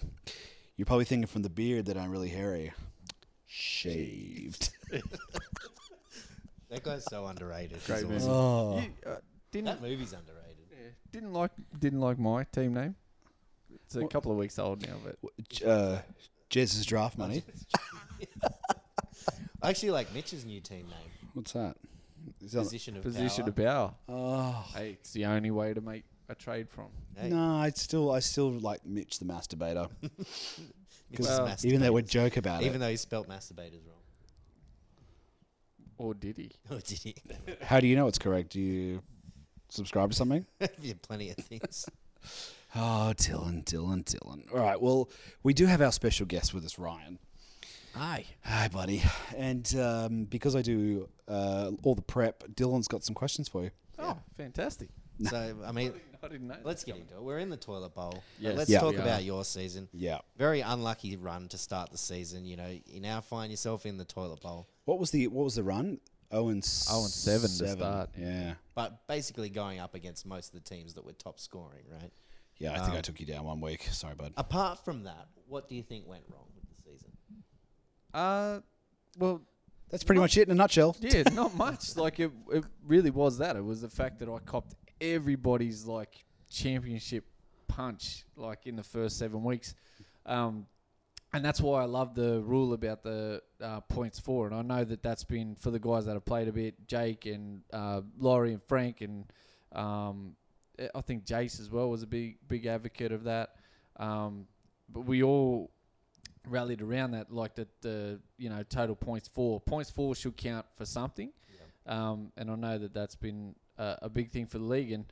Speaker 1: you're probably thinking from the beard that I'm really hairy. Shaved.
Speaker 3: That guy's so underrated.
Speaker 2: Great
Speaker 3: He's
Speaker 2: movie.
Speaker 3: awesome.
Speaker 1: Oh.
Speaker 2: You, uh, didn't
Speaker 3: That movie's underrated.
Speaker 2: yeah, didn't like didn't like my team name. It's a
Speaker 1: What-
Speaker 2: couple of weeks old now, but
Speaker 1: Uh, Jesus draft money.
Speaker 3: I actually like Mitch's new team name,
Speaker 1: What's that? Is that-
Speaker 3: Position of
Speaker 2: position
Speaker 3: Power.
Speaker 2: of power.
Speaker 1: oh.
Speaker 2: Hey, it's the only way to make a trade from.
Speaker 3: Hey,
Speaker 1: No, I still, I still like Mitch the masturbator.
Speaker 3: Mitch's
Speaker 2: Well,
Speaker 1: Even though we
Speaker 3: masturbators.
Speaker 1: joke about
Speaker 3: even though he spelt masturbators wrong.
Speaker 2: Or did he?
Speaker 3: Oh, did he?
Speaker 1: it. How do you know it's correct? Do you subscribe to something?
Speaker 3: yeah, plenty of things.
Speaker 1: Oh, Dylan, Dylan, Dylan. All right. Well, we do have our special guest with us, Ryan.
Speaker 3: Hi.
Speaker 1: Hi, buddy. And um, because I do uh, all the prep, Dylan's got some questions for you.
Speaker 2: Oh, fantastic.
Speaker 3: So I mean,
Speaker 2: I didn't know.
Speaker 3: let's get into it. We're in the toilet bowl.
Speaker 2: Yes.
Speaker 3: Let's
Speaker 1: Yeah.
Speaker 3: talk
Speaker 2: We are.
Speaker 3: about your season.
Speaker 1: Yeah.
Speaker 3: Very unlucky run to start the season. You know, you now find yourself in the toilet bowl.
Speaker 1: What was the what was the run? Oh and s-
Speaker 2: Oh and seven to start.
Speaker 1: Yeah.
Speaker 3: But basically going up against most of the teams that were top scoring, right?
Speaker 1: Yeah, I think I took you down one week. Sorry, bud.
Speaker 3: Apart from that, what do you think went wrong with the season?
Speaker 2: that. Uh, well,
Speaker 1: That's pretty much it in a nutshell.
Speaker 2: yeah, not much. Like it, it really was that. It was the fact that I copped everybody's like championship punch, like in the first seven weeks, um, and that's why I love the rule about the uh, points for. And I know that that's been for the guys that have played a bit, Jake and uh, Laurie and Frank, and um, I- I think Jace as well was a big big advocate of that. Um, but we all rallied around that, like that the you know total points for points for should count for something, um, and I know that that's been a, a big thing for the league. And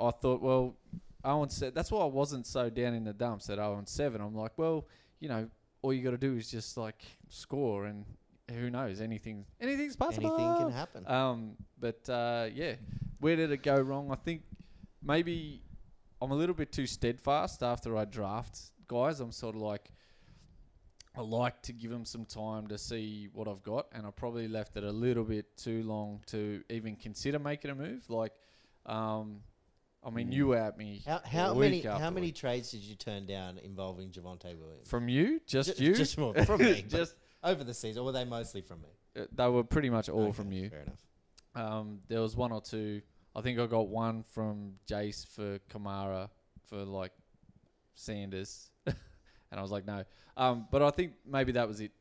Speaker 2: I thought, well, Owen said that's why I wasn't so down in the dumps at Owen seven. I'm like, well, you know, all you got to do is just like score, and who knows, anything anything's possible.
Speaker 3: Anything can happen.
Speaker 2: Um, but uh, yeah, where did it go wrong? I think maybe I'm a little bit too steadfast after I draft guys. I'm sort of like I like to give them some time to see what I've got, and I probably left it a little bit too long to even consider making a move. Like, um, I mean, you were at me.
Speaker 3: How, how
Speaker 2: week
Speaker 3: many how
Speaker 2: after
Speaker 3: many
Speaker 2: week.
Speaker 3: trades did you turn down involving Javante Williams?
Speaker 2: from you? Just
Speaker 3: Ju-
Speaker 2: you?
Speaker 3: Just from, from me.
Speaker 2: Just-
Speaker 3: just over the season, or were they mostly from me?
Speaker 2: Uh, they were pretty much all
Speaker 3: Okay,
Speaker 2: from you.
Speaker 3: Fair enough.
Speaker 2: Um, there was one or two. I think I got one from Jace for Kamara for like Sanders, and I was like, no. Um, but I think maybe that was it.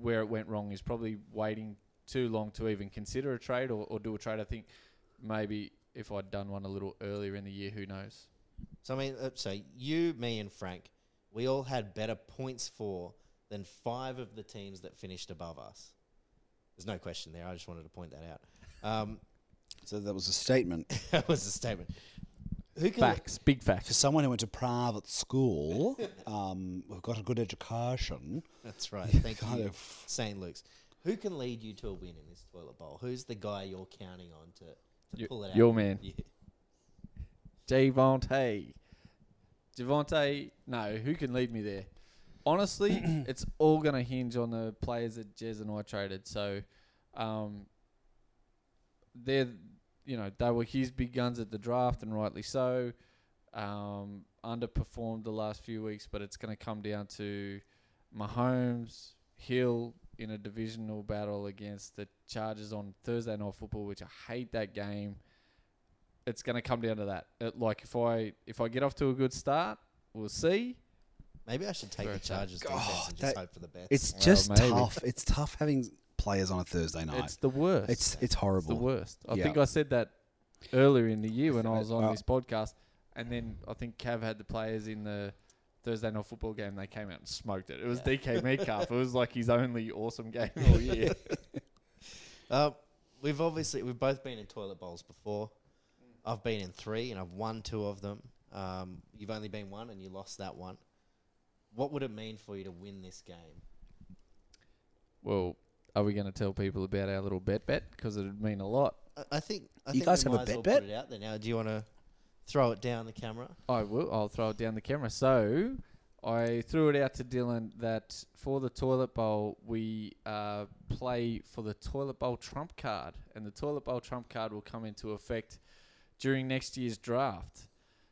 Speaker 2: Where it went wrong is probably waiting too long to even consider a trade or, or do a trade. I think maybe if I'd done one a little earlier in the year, who knows?
Speaker 3: So I mean, uh, so you, me, and Frank, we all had better points for than five of the teams that finished above us. There's no question there. I just wanted to point that out. Um,
Speaker 1: So that was a statement
Speaker 3: that was a statement. Who can
Speaker 2: Facts, big
Speaker 1: for
Speaker 2: facts.
Speaker 1: someone who went to private school. Um, who got a good education.
Speaker 3: That's right. Thank
Speaker 1: Kind
Speaker 3: you,
Speaker 1: of.
Speaker 3: St. Luke's. Who can lead you to a win in this toilet bowl? Who's the guy you're counting on to, to
Speaker 2: Y-
Speaker 3: pull it out?
Speaker 2: your man.
Speaker 3: Yeah.
Speaker 2: Javante. Javante, no, who can lead me there? Honestly, it's all going to hinge on the players that Jez and I traded. So, um, they're, you know, they were his big guns at the draft, and rightly so. Um, underperformed the last few weeks, but it's going to come down to Mahomes, Hill in a divisional battle against the Chargers on Thursday Night Football, which I hate that game it's going to come down to that. It, like if I if I get off to a good start, we'll see.
Speaker 3: Maybe I should take
Speaker 2: Fair
Speaker 3: the
Speaker 2: take.
Speaker 3: Chargers defense
Speaker 1: God,
Speaker 3: and just
Speaker 1: that-
Speaker 3: hope for the best.
Speaker 1: It's
Speaker 2: Well,
Speaker 1: just
Speaker 2: maybe.
Speaker 1: tough. It's tough having players on a Thursday night.
Speaker 2: It's
Speaker 1: It's
Speaker 2: the worst. It's,
Speaker 1: it's, horrible.
Speaker 2: the worst. I
Speaker 1: Yeah.
Speaker 2: think I said that earlier in the year when I was on
Speaker 1: Well-
Speaker 2: this podcast, and then I think Cav had the players in the Thursday night football game. They came out and smoked it. It was DK Metcalf. it was like his only awesome game all year.
Speaker 3: Uh, we've obviously we've both been in toilet bowls before. I've been in three, and I've won two of them. Um, you've only been one, and you lost that one. What would it mean for you to win this game?
Speaker 2: well, are we going to tell people about our little bet bet? Because it'd mean a lot.
Speaker 3: I, I think I
Speaker 1: You
Speaker 3: think
Speaker 1: guys
Speaker 3: we
Speaker 1: have a
Speaker 3: might as
Speaker 1: bet
Speaker 3: well
Speaker 1: bet?
Speaker 3: Put it out there now. Do you want to throw it down the camera?
Speaker 2: I will. I'll throw it down the camera. So I threw it out to Dylan that for the toilet bowl we uh, play for the toilet bowl trump card, and the toilet bowl trump card will come into effect during next year's draft.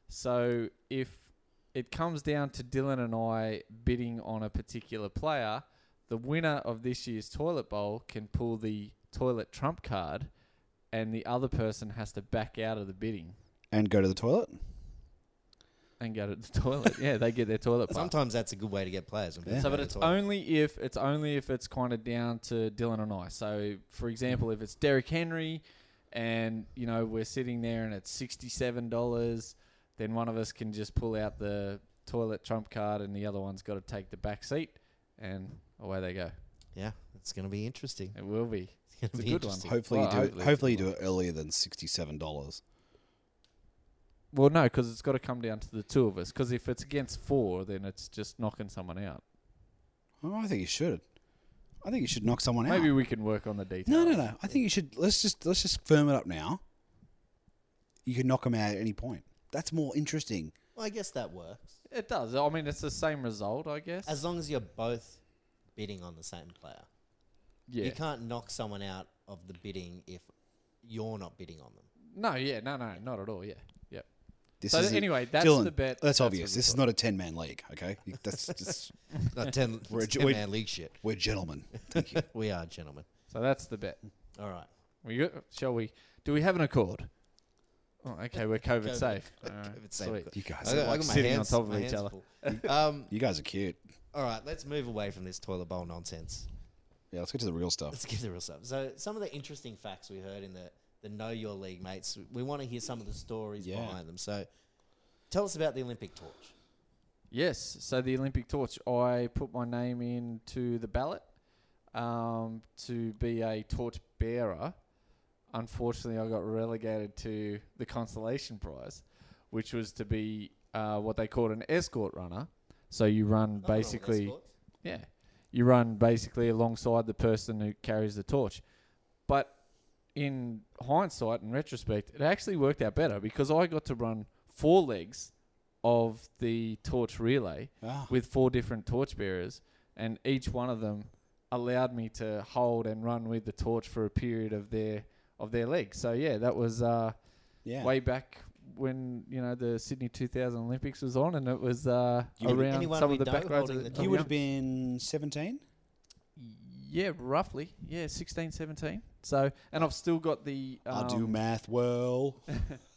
Speaker 2: So if it comes down to Dylan and I bidding on a particular player, the winner of this year's toilet bowl can pull the toilet trump card, and the other person has to back out of the bidding
Speaker 1: And go to the toilet.
Speaker 2: and go to the toilet. Yeah, they get their toilet pass.
Speaker 3: Sometimes that's a good way to get players. when people go
Speaker 2: So, but
Speaker 3: to
Speaker 2: it's
Speaker 3: the toilet.
Speaker 2: only if it's only if it's kind of down to Dylan and I. So, for example, if it's Derrick Henry, and you know we're sitting there and it's sixty-seven dollars, then one of us can just pull out the toilet trump card, and the other one's got to take the back seat, and away they go.
Speaker 3: yeah, it's going to be interesting.
Speaker 2: It will be.
Speaker 3: It's going
Speaker 2: It's a
Speaker 3: to be
Speaker 2: good one.
Speaker 3: interesting.
Speaker 1: Hopefully you
Speaker 2: Well,
Speaker 1: do.
Speaker 2: hopefully
Speaker 1: it,
Speaker 2: it's
Speaker 1: hopefully you
Speaker 2: a good
Speaker 1: do it earlier than sixty-seven dollars.
Speaker 2: Well, no, because it's got to come down to the two of us. Because if it's against four, then it's just knocking someone out.
Speaker 1: Oh, I think you should. I think you should knock someone out.
Speaker 2: Maybe we can work on the details.
Speaker 1: No, no, no. I think you should let's just let's just firm it up now. You can knock them out at any point. That's more interesting.
Speaker 3: Well, I guess that works.
Speaker 2: It does. I mean, it's the same result, I guess.
Speaker 3: As long as you're both bidding on the same player.
Speaker 2: yeah.
Speaker 3: You can't knock someone out of the bidding if you're not bidding on them.
Speaker 2: No, yeah, no, no, not at all. Yeah, yep.
Speaker 1: This
Speaker 2: So
Speaker 1: is
Speaker 2: anyway, that's
Speaker 1: Dylan,
Speaker 2: the bet.
Speaker 1: That's,
Speaker 2: what
Speaker 1: obvious.
Speaker 2: we
Speaker 1: This is
Speaker 2: thought.
Speaker 1: not a ten man league. Okay, You- that's just
Speaker 3: Not 10,
Speaker 1: We're a
Speaker 3: it's
Speaker 1: ju-
Speaker 3: 10
Speaker 1: we-
Speaker 3: man league shit.
Speaker 1: we're gentlemen.
Speaker 3: We are gentlemen.
Speaker 2: So that's the bet.
Speaker 3: All right.
Speaker 2: We go, shall we? Do we have an accord? Oh, okay, we're COVID,
Speaker 3: COVID.
Speaker 2: safe. Alright,
Speaker 3: It's safe.
Speaker 2: sweet.
Speaker 1: You guys,
Speaker 3: I
Speaker 1: are
Speaker 3: got, I
Speaker 1: like
Speaker 3: got my
Speaker 2: sitting on
Speaker 3: hands,
Speaker 2: top of
Speaker 3: my
Speaker 2: each
Speaker 3: hands
Speaker 2: other.
Speaker 3: full. um,
Speaker 1: you guys are cute.
Speaker 3: all right, let's move away from this toilet bowl nonsense.
Speaker 1: Yeah, let's get to the real
Speaker 2: Oh.
Speaker 1: stuff.
Speaker 3: Let's get the real stuff. So, some of the interesting facts we heard in the, the Know Your League mates, we want to hear some of the stories
Speaker 1: Yeah.
Speaker 3: behind them. So, tell us about the Olympic torch.
Speaker 2: Yes. So the Olympic torch, I put my name in to the ballot um, to be a torch bearer. Unfortunately, I got relegated to the consolation prize, which was to be uh, what they called an escort runner. So you run
Speaker 3: Nothing wrong with
Speaker 2: basically.
Speaker 3: escorts.
Speaker 2: Yeah. You run basically alongside the person who carries the torch. But in hindsight and retrospect, it actually worked out better because I got to run four legs of the torch relay
Speaker 1: Ah,
Speaker 2: with four different torch bearers, and each one of them allowed me to hold and run with the torch for a period of their of their leg. So yeah, that was uh,
Speaker 1: yeah.
Speaker 2: way back when you know the Sydney 2000 Olympics was on, and it was uh,
Speaker 1: You would-
Speaker 2: around
Speaker 3: Anyone
Speaker 2: some
Speaker 3: we
Speaker 2: of the
Speaker 3: know
Speaker 2: back roads.
Speaker 3: holding
Speaker 2: of-
Speaker 3: the
Speaker 2: of
Speaker 3: torch?
Speaker 1: you
Speaker 2: Young-
Speaker 1: would have been seventeen.
Speaker 2: yeah, roughly. Yeah, 16, 17. So, and I've still got the. Um,
Speaker 1: I do math well.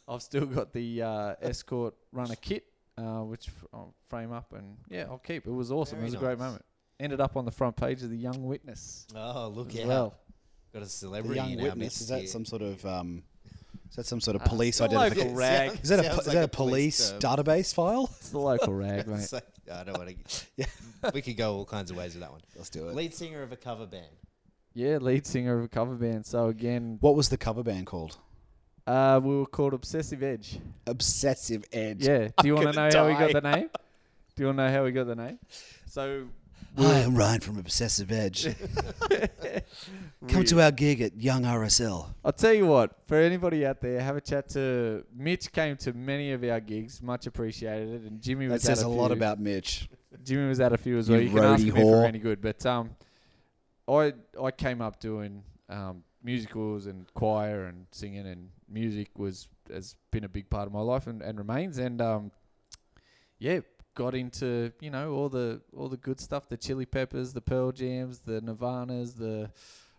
Speaker 2: I've still got the uh, escort runner kit, uh, which f- I'll frame up and yeah, I'll keep. It was awesome.
Speaker 3: Very
Speaker 2: it was a great
Speaker 3: nice.
Speaker 2: moment. Ended up on the front page of the Young Witness.
Speaker 3: Oh, look
Speaker 2: as
Speaker 3: out.
Speaker 2: well.
Speaker 3: Got a
Speaker 1: The
Speaker 3: celebrity
Speaker 1: young
Speaker 3: in our
Speaker 1: witness
Speaker 3: midst
Speaker 1: is that
Speaker 3: here.
Speaker 1: some sort of um, is that some sort of
Speaker 2: Ah,
Speaker 1: police
Speaker 2: still like
Speaker 1: identification?
Speaker 2: it. rag.
Speaker 3: sounds-
Speaker 1: Is that a
Speaker 3: sounds
Speaker 1: is
Speaker 3: like
Speaker 1: that a police
Speaker 3: term.
Speaker 1: database file?
Speaker 2: It's the local rag, mate.
Speaker 3: It's like- I don't want to. we could go all kinds of ways with that one.
Speaker 1: Let's do it.
Speaker 3: Lead singer of a cover band.
Speaker 2: Yeah, lead singer of a cover band. So again,
Speaker 1: What was the cover band called?
Speaker 2: uh, we were called Obsessive Edge.
Speaker 1: Obsessive Edge.
Speaker 2: Yeah. Do you want to know
Speaker 1: gonna
Speaker 2: how we got
Speaker 1: die.
Speaker 2: the name? Do you want to know how we got the name? So
Speaker 1: Hi, I'm Ryan from Obsessive Edge. Come to our gig at Young RSL.
Speaker 2: I'll tell you what, for anybody out there, have a chat to Mitch. Came to many of our gigs, much appreciated, and Jimmy
Speaker 1: That
Speaker 2: was
Speaker 1: says
Speaker 2: at
Speaker 1: a
Speaker 2: a,
Speaker 1: lot
Speaker 2: few.
Speaker 1: about Mitch.
Speaker 2: Jimmy was at a few as well.
Speaker 1: You
Speaker 2: You, can ask
Speaker 1: roadie
Speaker 2: him if we're
Speaker 1: whore.
Speaker 2: any good, but um, I I came up doing um, musicals and choir and singing and music was has been a big part of my life and, and remains and um, yeah, got into you know all the all the good stuff, the Chili Peppers, the Pearl Jams, the Nirvanas, the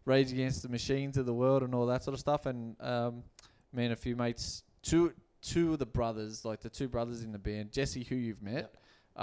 Speaker 2: Rage Against the Machines of the world and all that sort of stuff. And um, me and a few mates, two two of the brothers, like the two brothers in the band, Jesse, who you've met,
Speaker 3: Yep.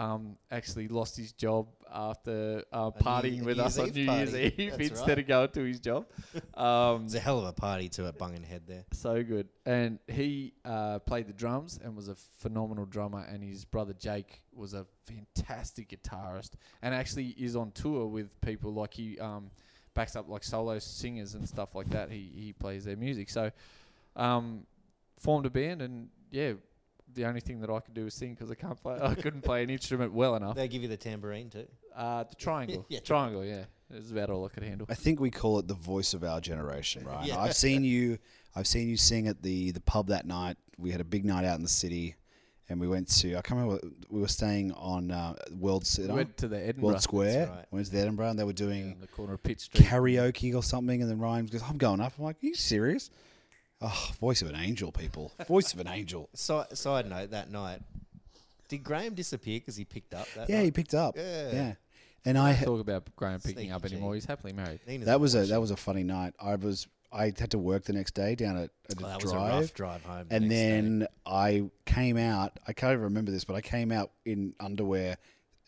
Speaker 2: um, actually lost his job after uh,
Speaker 3: New-
Speaker 2: partying
Speaker 3: a
Speaker 2: with
Speaker 3: New
Speaker 2: us
Speaker 3: Year's
Speaker 2: on
Speaker 3: Eve
Speaker 2: New Year's
Speaker 3: party.
Speaker 2: Eve
Speaker 3: That's
Speaker 2: instead
Speaker 3: right.
Speaker 2: of going to his job. Um,
Speaker 3: It was a hell of a party to at Bungin Head there.
Speaker 2: so good. And he uh, played the drums and was a phenomenal drummer. And his brother Jake was a fantastic guitarist and actually is on tour with people like he um, backs up like solo singers and stuff like that. He he plays their music. So um, formed a band and yeah, the only thing that I could do was sing because I can't play. I couldn't play an instrument well enough.
Speaker 3: They give you the tambourine too.
Speaker 2: Uh, the triangle,
Speaker 3: Yeah.
Speaker 2: triangle, yeah, is about all I could handle.
Speaker 1: I think we call it the voice of our generation, right?
Speaker 3: Yeah.
Speaker 1: I've seen you I've seen you sing at the the pub that night. We had a big night out in the city and we went to I can't remember what- we were staying on uh, World City,
Speaker 2: Went to the Edinburgh
Speaker 1: World Square.
Speaker 3: right.
Speaker 1: Went to Edinburgh and they were doing
Speaker 2: in the corner of Pitt Street.
Speaker 1: karaoke or something, and then Ryan goes, "I'm going up." I'm like, "Are you serious?" Oh, voice of an angel, people. Voice of an angel.
Speaker 3: So, side note that night, did Graham disappear because he picked up that?
Speaker 1: Yeah, he
Speaker 3: night?
Speaker 1: picked up.
Speaker 3: Yeah.
Speaker 1: and I
Speaker 2: Talk about Graham
Speaker 3: Sneaky
Speaker 2: picking up anymore.
Speaker 3: G.
Speaker 2: He's happily married.
Speaker 3: Nina's
Speaker 1: that
Speaker 3: not
Speaker 1: was a
Speaker 3: watching.
Speaker 1: that was a funny night. I was I had to work the next day down at, at
Speaker 3: Oh,
Speaker 1: a
Speaker 3: that was a
Speaker 1: drive,
Speaker 3: rough drive home. the
Speaker 1: and
Speaker 3: next day.
Speaker 1: then I came out. I can't even remember this, but I came out in underwear,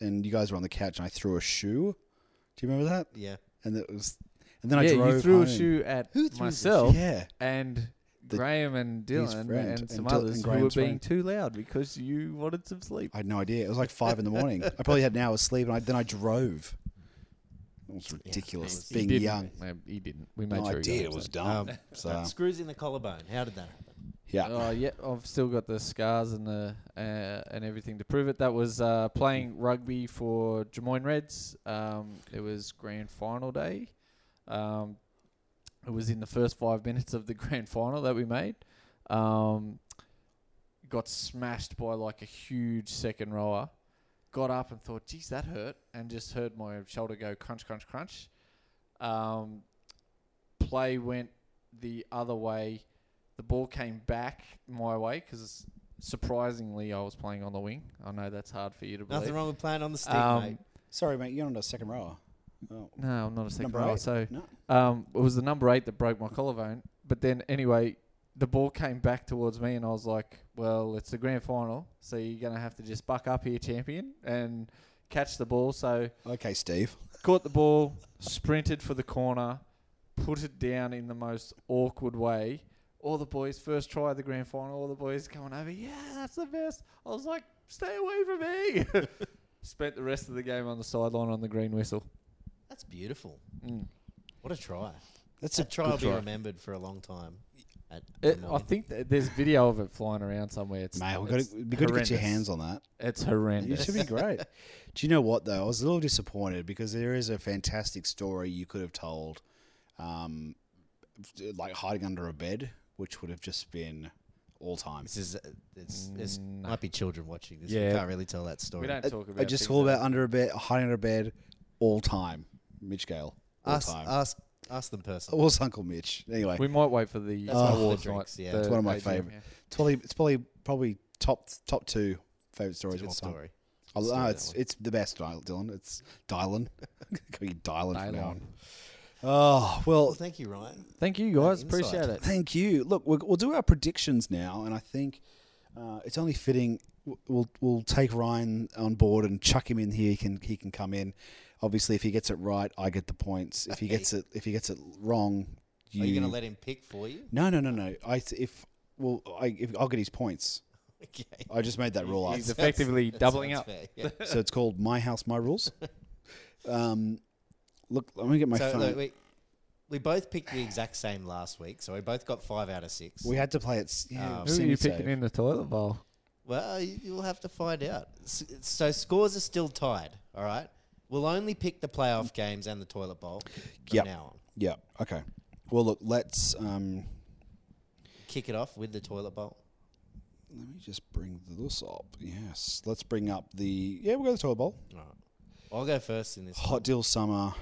Speaker 1: and you guys were on the couch, and I threw a shoe. Do you remember that?
Speaker 3: yeah,
Speaker 1: And it was, and then I
Speaker 2: yeah,
Speaker 1: drove
Speaker 2: you threw
Speaker 1: home.
Speaker 2: a shoe at
Speaker 3: Who threw the
Speaker 2: myself
Speaker 1: Yeah.
Speaker 2: and
Speaker 1: The-
Speaker 2: Graham and
Speaker 1: his
Speaker 2: Dylan
Speaker 1: friend
Speaker 2: and
Speaker 1: and
Speaker 2: some
Speaker 1: Dylan-
Speaker 2: others
Speaker 1: and
Speaker 2: who were
Speaker 1: Graham's
Speaker 2: being
Speaker 1: friend.
Speaker 2: too loud because you wanted some sleep.
Speaker 1: I had no idea. It was like five in the morning. I probably had an hour's sleep, and I, then I drove. It was ridiculous.
Speaker 3: He
Speaker 1: Being
Speaker 2: didn't.
Speaker 1: young,
Speaker 2: No, he didn't. We made
Speaker 1: no,
Speaker 2: sure
Speaker 1: I
Speaker 2: he
Speaker 1: did.
Speaker 2: got Um,
Speaker 1: It was
Speaker 2: upset.
Speaker 1: dumb. so
Speaker 3: screws in the collarbone. How did that happen?
Speaker 1: Yeah.
Speaker 2: Oh yeah, I've still got the scars and the uh, and everything to prove it. That was uh, playing rugby for Jamoine Reds. Um, it was grand final day. Um, it was in the first five minutes of the grand final that we made. Um, got smashed by like a huge second rower. Got up and thought, "Geez, that hurt," and just heard my shoulder go crunch, crunch, crunch. Um, play went the other way. The ball came back my way because surprisingly I was playing on the wing. I know that's hard for you to believe.
Speaker 3: Nothing wrong with playing on the stick,
Speaker 2: Um,
Speaker 3: mate.
Speaker 1: Sorry, mate. You're on the second rower. Oh,
Speaker 2: No, I'm not a second
Speaker 1: Number
Speaker 2: rower.
Speaker 1: eight.
Speaker 2: So
Speaker 1: no.
Speaker 2: um, it was the number eight that broke my collarbone. But then anyway, the ball came back towards me, and I was like, "Well, it's the grand final, so you're gonna have to just buck up here, champion, and catch the ball." So
Speaker 1: Okay, Steve.
Speaker 2: caught the ball, sprinted for the corner, put it down in the most awkward way. All the boys first try of the grand final. All the boys coming over, yeah, that's the best. I was like, stay away from me. Spent the rest of the game on the sideline on the green whistle.
Speaker 3: That's beautiful.
Speaker 2: Mm.
Speaker 3: What a try.
Speaker 1: That's
Speaker 3: That
Speaker 1: a
Speaker 3: try will
Speaker 1: good
Speaker 3: be
Speaker 1: try.
Speaker 3: remembered for a long time. At
Speaker 2: It, I
Speaker 3: Melbourne.
Speaker 2: think th- there's video of it flying around somewhere. It's,
Speaker 1: Mate, we got
Speaker 2: it's
Speaker 1: to, it'd be good to get your
Speaker 2: horrendous.
Speaker 1: hands on that.
Speaker 2: It's
Speaker 1: It
Speaker 2: horrendous.
Speaker 1: should be great. Do you know what though? I was a little disappointed because there is a fantastic story you could have told, um, like hiding under a bed, which would have just been all time.
Speaker 3: This is uh, it's,
Speaker 1: Mm,
Speaker 3: it's
Speaker 2: Nah.
Speaker 3: might be children watching this.
Speaker 2: Yeah.
Speaker 3: We can't really tell that story.
Speaker 2: Mm. we don't
Speaker 1: I,
Speaker 2: talk about.
Speaker 1: I just
Speaker 2: things
Speaker 1: saw
Speaker 2: like
Speaker 1: about under a bed, hiding under a bed, all time. Mitch Gale, all
Speaker 3: ask,
Speaker 1: time.
Speaker 3: ask ask them personally.
Speaker 1: What's Uncle Mitch? Anyway,
Speaker 2: that. We might wait for the
Speaker 3: That's one of the
Speaker 2: awards
Speaker 3: drinks,
Speaker 2: night,
Speaker 3: yeah.
Speaker 2: the
Speaker 3: It's
Speaker 1: one of my
Speaker 2: AGM,
Speaker 1: favourite. it's probably it's probably probably top top two favorite
Speaker 3: It's a
Speaker 1: stories of
Speaker 3: good
Speaker 1: all time.
Speaker 3: story.
Speaker 1: I,
Speaker 3: Story,
Speaker 1: no,
Speaker 3: that
Speaker 1: it's
Speaker 3: one.
Speaker 1: it's the best, Dyl- Dylan. It's Dylan. Call you Dylan, from now
Speaker 2: Dylan.
Speaker 1: on. Oh
Speaker 3: Well,
Speaker 1: well,
Speaker 3: thank you, Ryan.
Speaker 2: Thank you guys,
Speaker 3: insight.
Speaker 2: appreciate it.
Speaker 1: thank you. Look, we'll, we'll do our predictions now, and I think uh, it's only fitting. w- We'll we'll take Ryan on board and chuck him in here. He can he can come in. Obviously, if he gets it right, I get the points. If he gets it if he gets it wrong, you.
Speaker 3: Are you going to let him pick for you?
Speaker 1: no, no, no, no. I if well, I if, I'll get his points.
Speaker 3: Okay.
Speaker 1: I just made that rule up.
Speaker 2: He's effectively
Speaker 3: That
Speaker 2: doubling
Speaker 3: sounds
Speaker 2: up.
Speaker 3: fair, yeah.
Speaker 1: so it's called My House, My Rules. Um, look, let me get my
Speaker 3: so
Speaker 1: phone.
Speaker 3: look, we, we both picked the exact same last week, so we both got five out of six.
Speaker 1: we had to play it. s- Yeah,
Speaker 3: Um,
Speaker 2: Who are you
Speaker 1: semi-safe.
Speaker 2: picking in the toilet bowl?
Speaker 3: Well, you- you'll have to find out. S- So scores are still tied. All right. We'll only pick the playoff games and the toilet bowl from
Speaker 1: Yep.
Speaker 3: now on.
Speaker 1: Yeah. Okay. Well, look. Let's. Um,
Speaker 3: Kick it off with the toilet bowl.
Speaker 1: let me just bring this up. Yes. Let's bring up the. Yeah, we'll go to the toilet bowl.
Speaker 3: All right. I'll go first in this.
Speaker 1: Hot deal summer.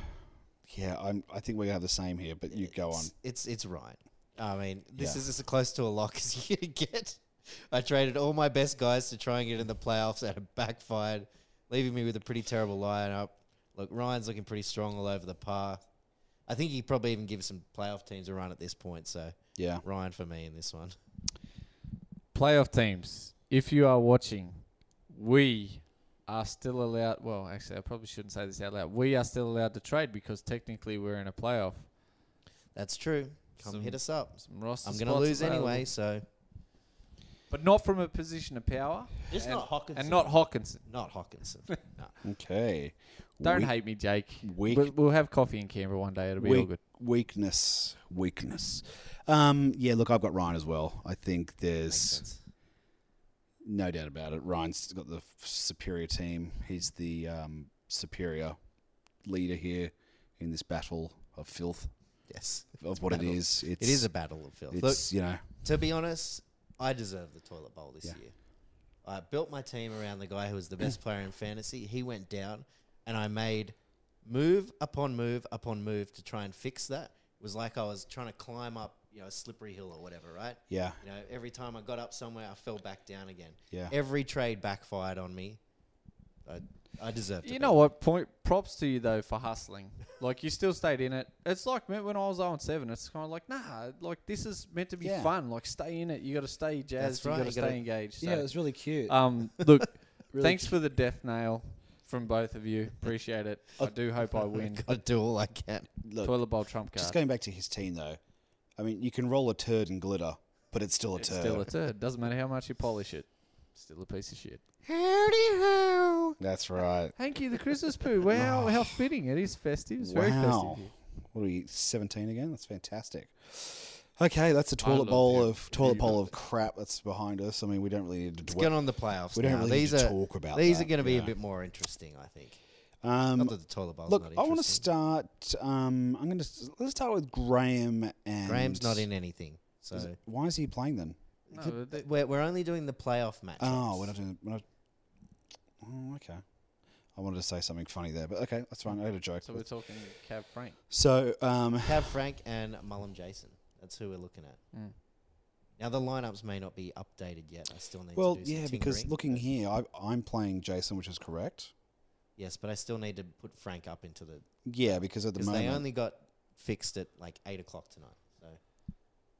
Speaker 1: Yeah, I'm. I think we're gonna have the same here, but you go on.
Speaker 3: It's it's, it's right. I mean, this
Speaker 1: Yeah.
Speaker 3: is as close to a lock as you could get. I traded all my best guys to try and get in the playoffs, and it backfired, leaving me with a pretty terrible lineup. Look, Ryan's looking pretty strong all over the path. I think he probably even gives some playoff teams a run at this point. So
Speaker 1: Yeah.
Speaker 3: Ryan for me in this one.
Speaker 2: Playoff teams. If you are watching, we are still allowed. Well, actually, I probably shouldn't say this out loud. We are still allowed to trade because technically we're in a playoff.
Speaker 3: That's true. Come
Speaker 2: Some-
Speaker 3: hit us up.
Speaker 2: Some roster
Speaker 3: I'm going to
Speaker 2: spots
Speaker 3: lose
Speaker 2: available.
Speaker 3: anyway, so
Speaker 2: but not from a position of power.
Speaker 3: Just
Speaker 2: and,
Speaker 3: not Hockinson.
Speaker 2: and not Hawkinson.
Speaker 3: not Hawkinson. no.
Speaker 1: Okay.
Speaker 2: Don't
Speaker 1: Weak-
Speaker 2: hate me, Jake.
Speaker 1: Weak.
Speaker 2: We'll, we'll have coffee in Canberra one day. It'll be all
Speaker 1: Weak,
Speaker 2: good.
Speaker 1: weakness. Weakness. Um, yeah. Look, I've got Ryan as well. I think
Speaker 3: Makes
Speaker 1: there's.
Speaker 3: sense.
Speaker 1: No doubt about it. Ryan's got the f- superior team. He's the um, superior leader here in this battle of filth
Speaker 3: Yes,
Speaker 1: of what
Speaker 3: battle.
Speaker 1: it is. It's,
Speaker 3: it is a battle of filth.
Speaker 1: It's
Speaker 3: Look,
Speaker 1: you know.
Speaker 3: To be honest, I deserve the toilet bowl this
Speaker 1: Yeah.
Speaker 3: year. I built my team around the guy who was the best player in fantasy. He went down, and I made move upon move upon move to try and fix that. It was like I was trying to climb up, you know, a slippery hill or whatever, right?
Speaker 1: Yeah.
Speaker 3: You know, every time I got up somewhere, I fell back down again.
Speaker 1: Yeah.
Speaker 3: Every trade backfired on me. I, I deserved.
Speaker 2: You know what? Point props to you though for hustling. like you still stayed in it. It's like me- when I was 0 7. It's kind of like nah. Like this is meant to be
Speaker 1: Yeah.
Speaker 2: fun. Like stay in it. You got to stay jazzed.
Speaker 3: right,
Speaker 2: You got
Speaker 3: you
Speaker 2: to
Speaker 3: gotta-
Speaker 2: stay engaged. So.
Speaker 1: really cute.
Speaker 2: um. Look.
Speaker 1: Really
Speaker 2: thanks for the death nail from both of you. Appreciate it. I do hope I win.
Speaker 3: I do all I can.
Speaker 1: Look,
Speaker 2: Toilet bowl trump card.
Speaker 1: just going back to his team though. I mean, you can roll a turd in glitter, but it's still a
Speaker 2: it's
Speaker 1: turd.
Speaker 2: still a turd. Doesn't matter how much you polish it. Still a piece of shit.
Speaker 3: Howdy ho!
Speaker 1: That's right.
Speaker 2: Thank you, the Christmas poo. Wow, how fitting. It is festive. It's very
Speaker 1: Wow.
Speaker 2: festive.
Speaker 1: What are you, 17 again? That's fantastic. Okay, that's a toilet
Speaker 2: love
Speaker 1: bowl
Speaker 2: you.
Speaker 1: of toilet
Speaker 2: You
Speaker 1: bowl
Speaker 2: love
Speaker 1: of crap that's behind us. I mean, we don't really need to
Speaker 3: It's
Speaker 1: dwell-
Speaker 3: going on the playoffs.
Speaker 1: we don't
Speaker 3: now.
Speaker 1: really
Speaker 3: these
Speaker 1: need to
Speaker 3: are
Speaker 1: talk about
Speaker 3: these
Speaker 1: that,
Speaker 3: are going to be
Speaker 1: yeah.
Speaker 3: a bit more interesting, I think.
Speaker 1: Um,
Speaker 3: Not that the toilet bowl's
Speaker 1: look,
Speaker 3: not
Speaker 1: I want to
Speaker 3: interesting.
Speaker 1: start. Um, I'm going to let's start with Graham and
Speaker 3: Graham's not in anything, so
Speaker 1: is it- why is he playing then?
Speaker 2: No,
Speaker 3: Could-
Speaker 2: but they-
Speaker 3: we're, we're only doing the playoff match.
Speaker 1: Oh, we're not doing. We're not, oh, okay. I wanted to say something funny there, but okay, that's fine. I had a joke.
Speaker 2: so we're talking Cav Frank.
Speaker 1: So, um,
Speaker 3: Cav Frank and Mullum Jason. That's who we're looking at.
Speaker 2: Mm.
Speaker 3: Now the lineups may not be updated yet. I still need
Speaker 1: well,
Speaker 3: to do some
Speaker 1: yeah, because
Speaker 3: tinkering,
Speaker 1: looking
Speaker 3: but-
Speaker 1: here, I, I'm playing Jason, which is correct.
Speaker 3: Yes, but I still need to put Frank up into the
Speaker 1: Yeah, because at the
Speaker 3: because they
Speaker 1: moment,
Speaker 3: only got fixed at like eight o'clock tonight. So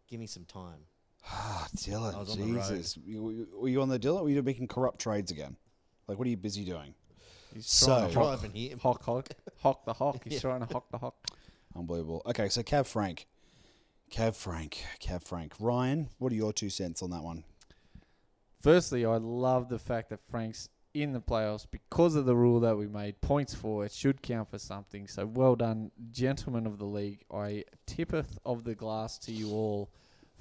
Speaker 3: give me some time.
Speaker 1: ah,
Speaker 3: I was
Speaker 1: Dylan,
Speaker 3: on the road.
Speaker 1: Jesus, You- you- were you on the Dylan? Were you making corrupt trades again? Like, what are you busy doing?
Speaker 2: He's
Speaker 1: So-
Speaker 2: trying to hock,
Speaker 3: Driving here.
Speaker 2: hock, hock, hock the hock. He's trying to hock the hock.
Speaker 1: Unbelievable. Okay, so Cav Frank, Cav Frank, Cav Frank. Ryan, what are your two cents on that one?
Speaker 2: Firstly, I love the fact that Frank's in the playoffs because of the rule that we made. Points for it should count for something. So well done, gentlemen of the league. I tippeth of the glass to you all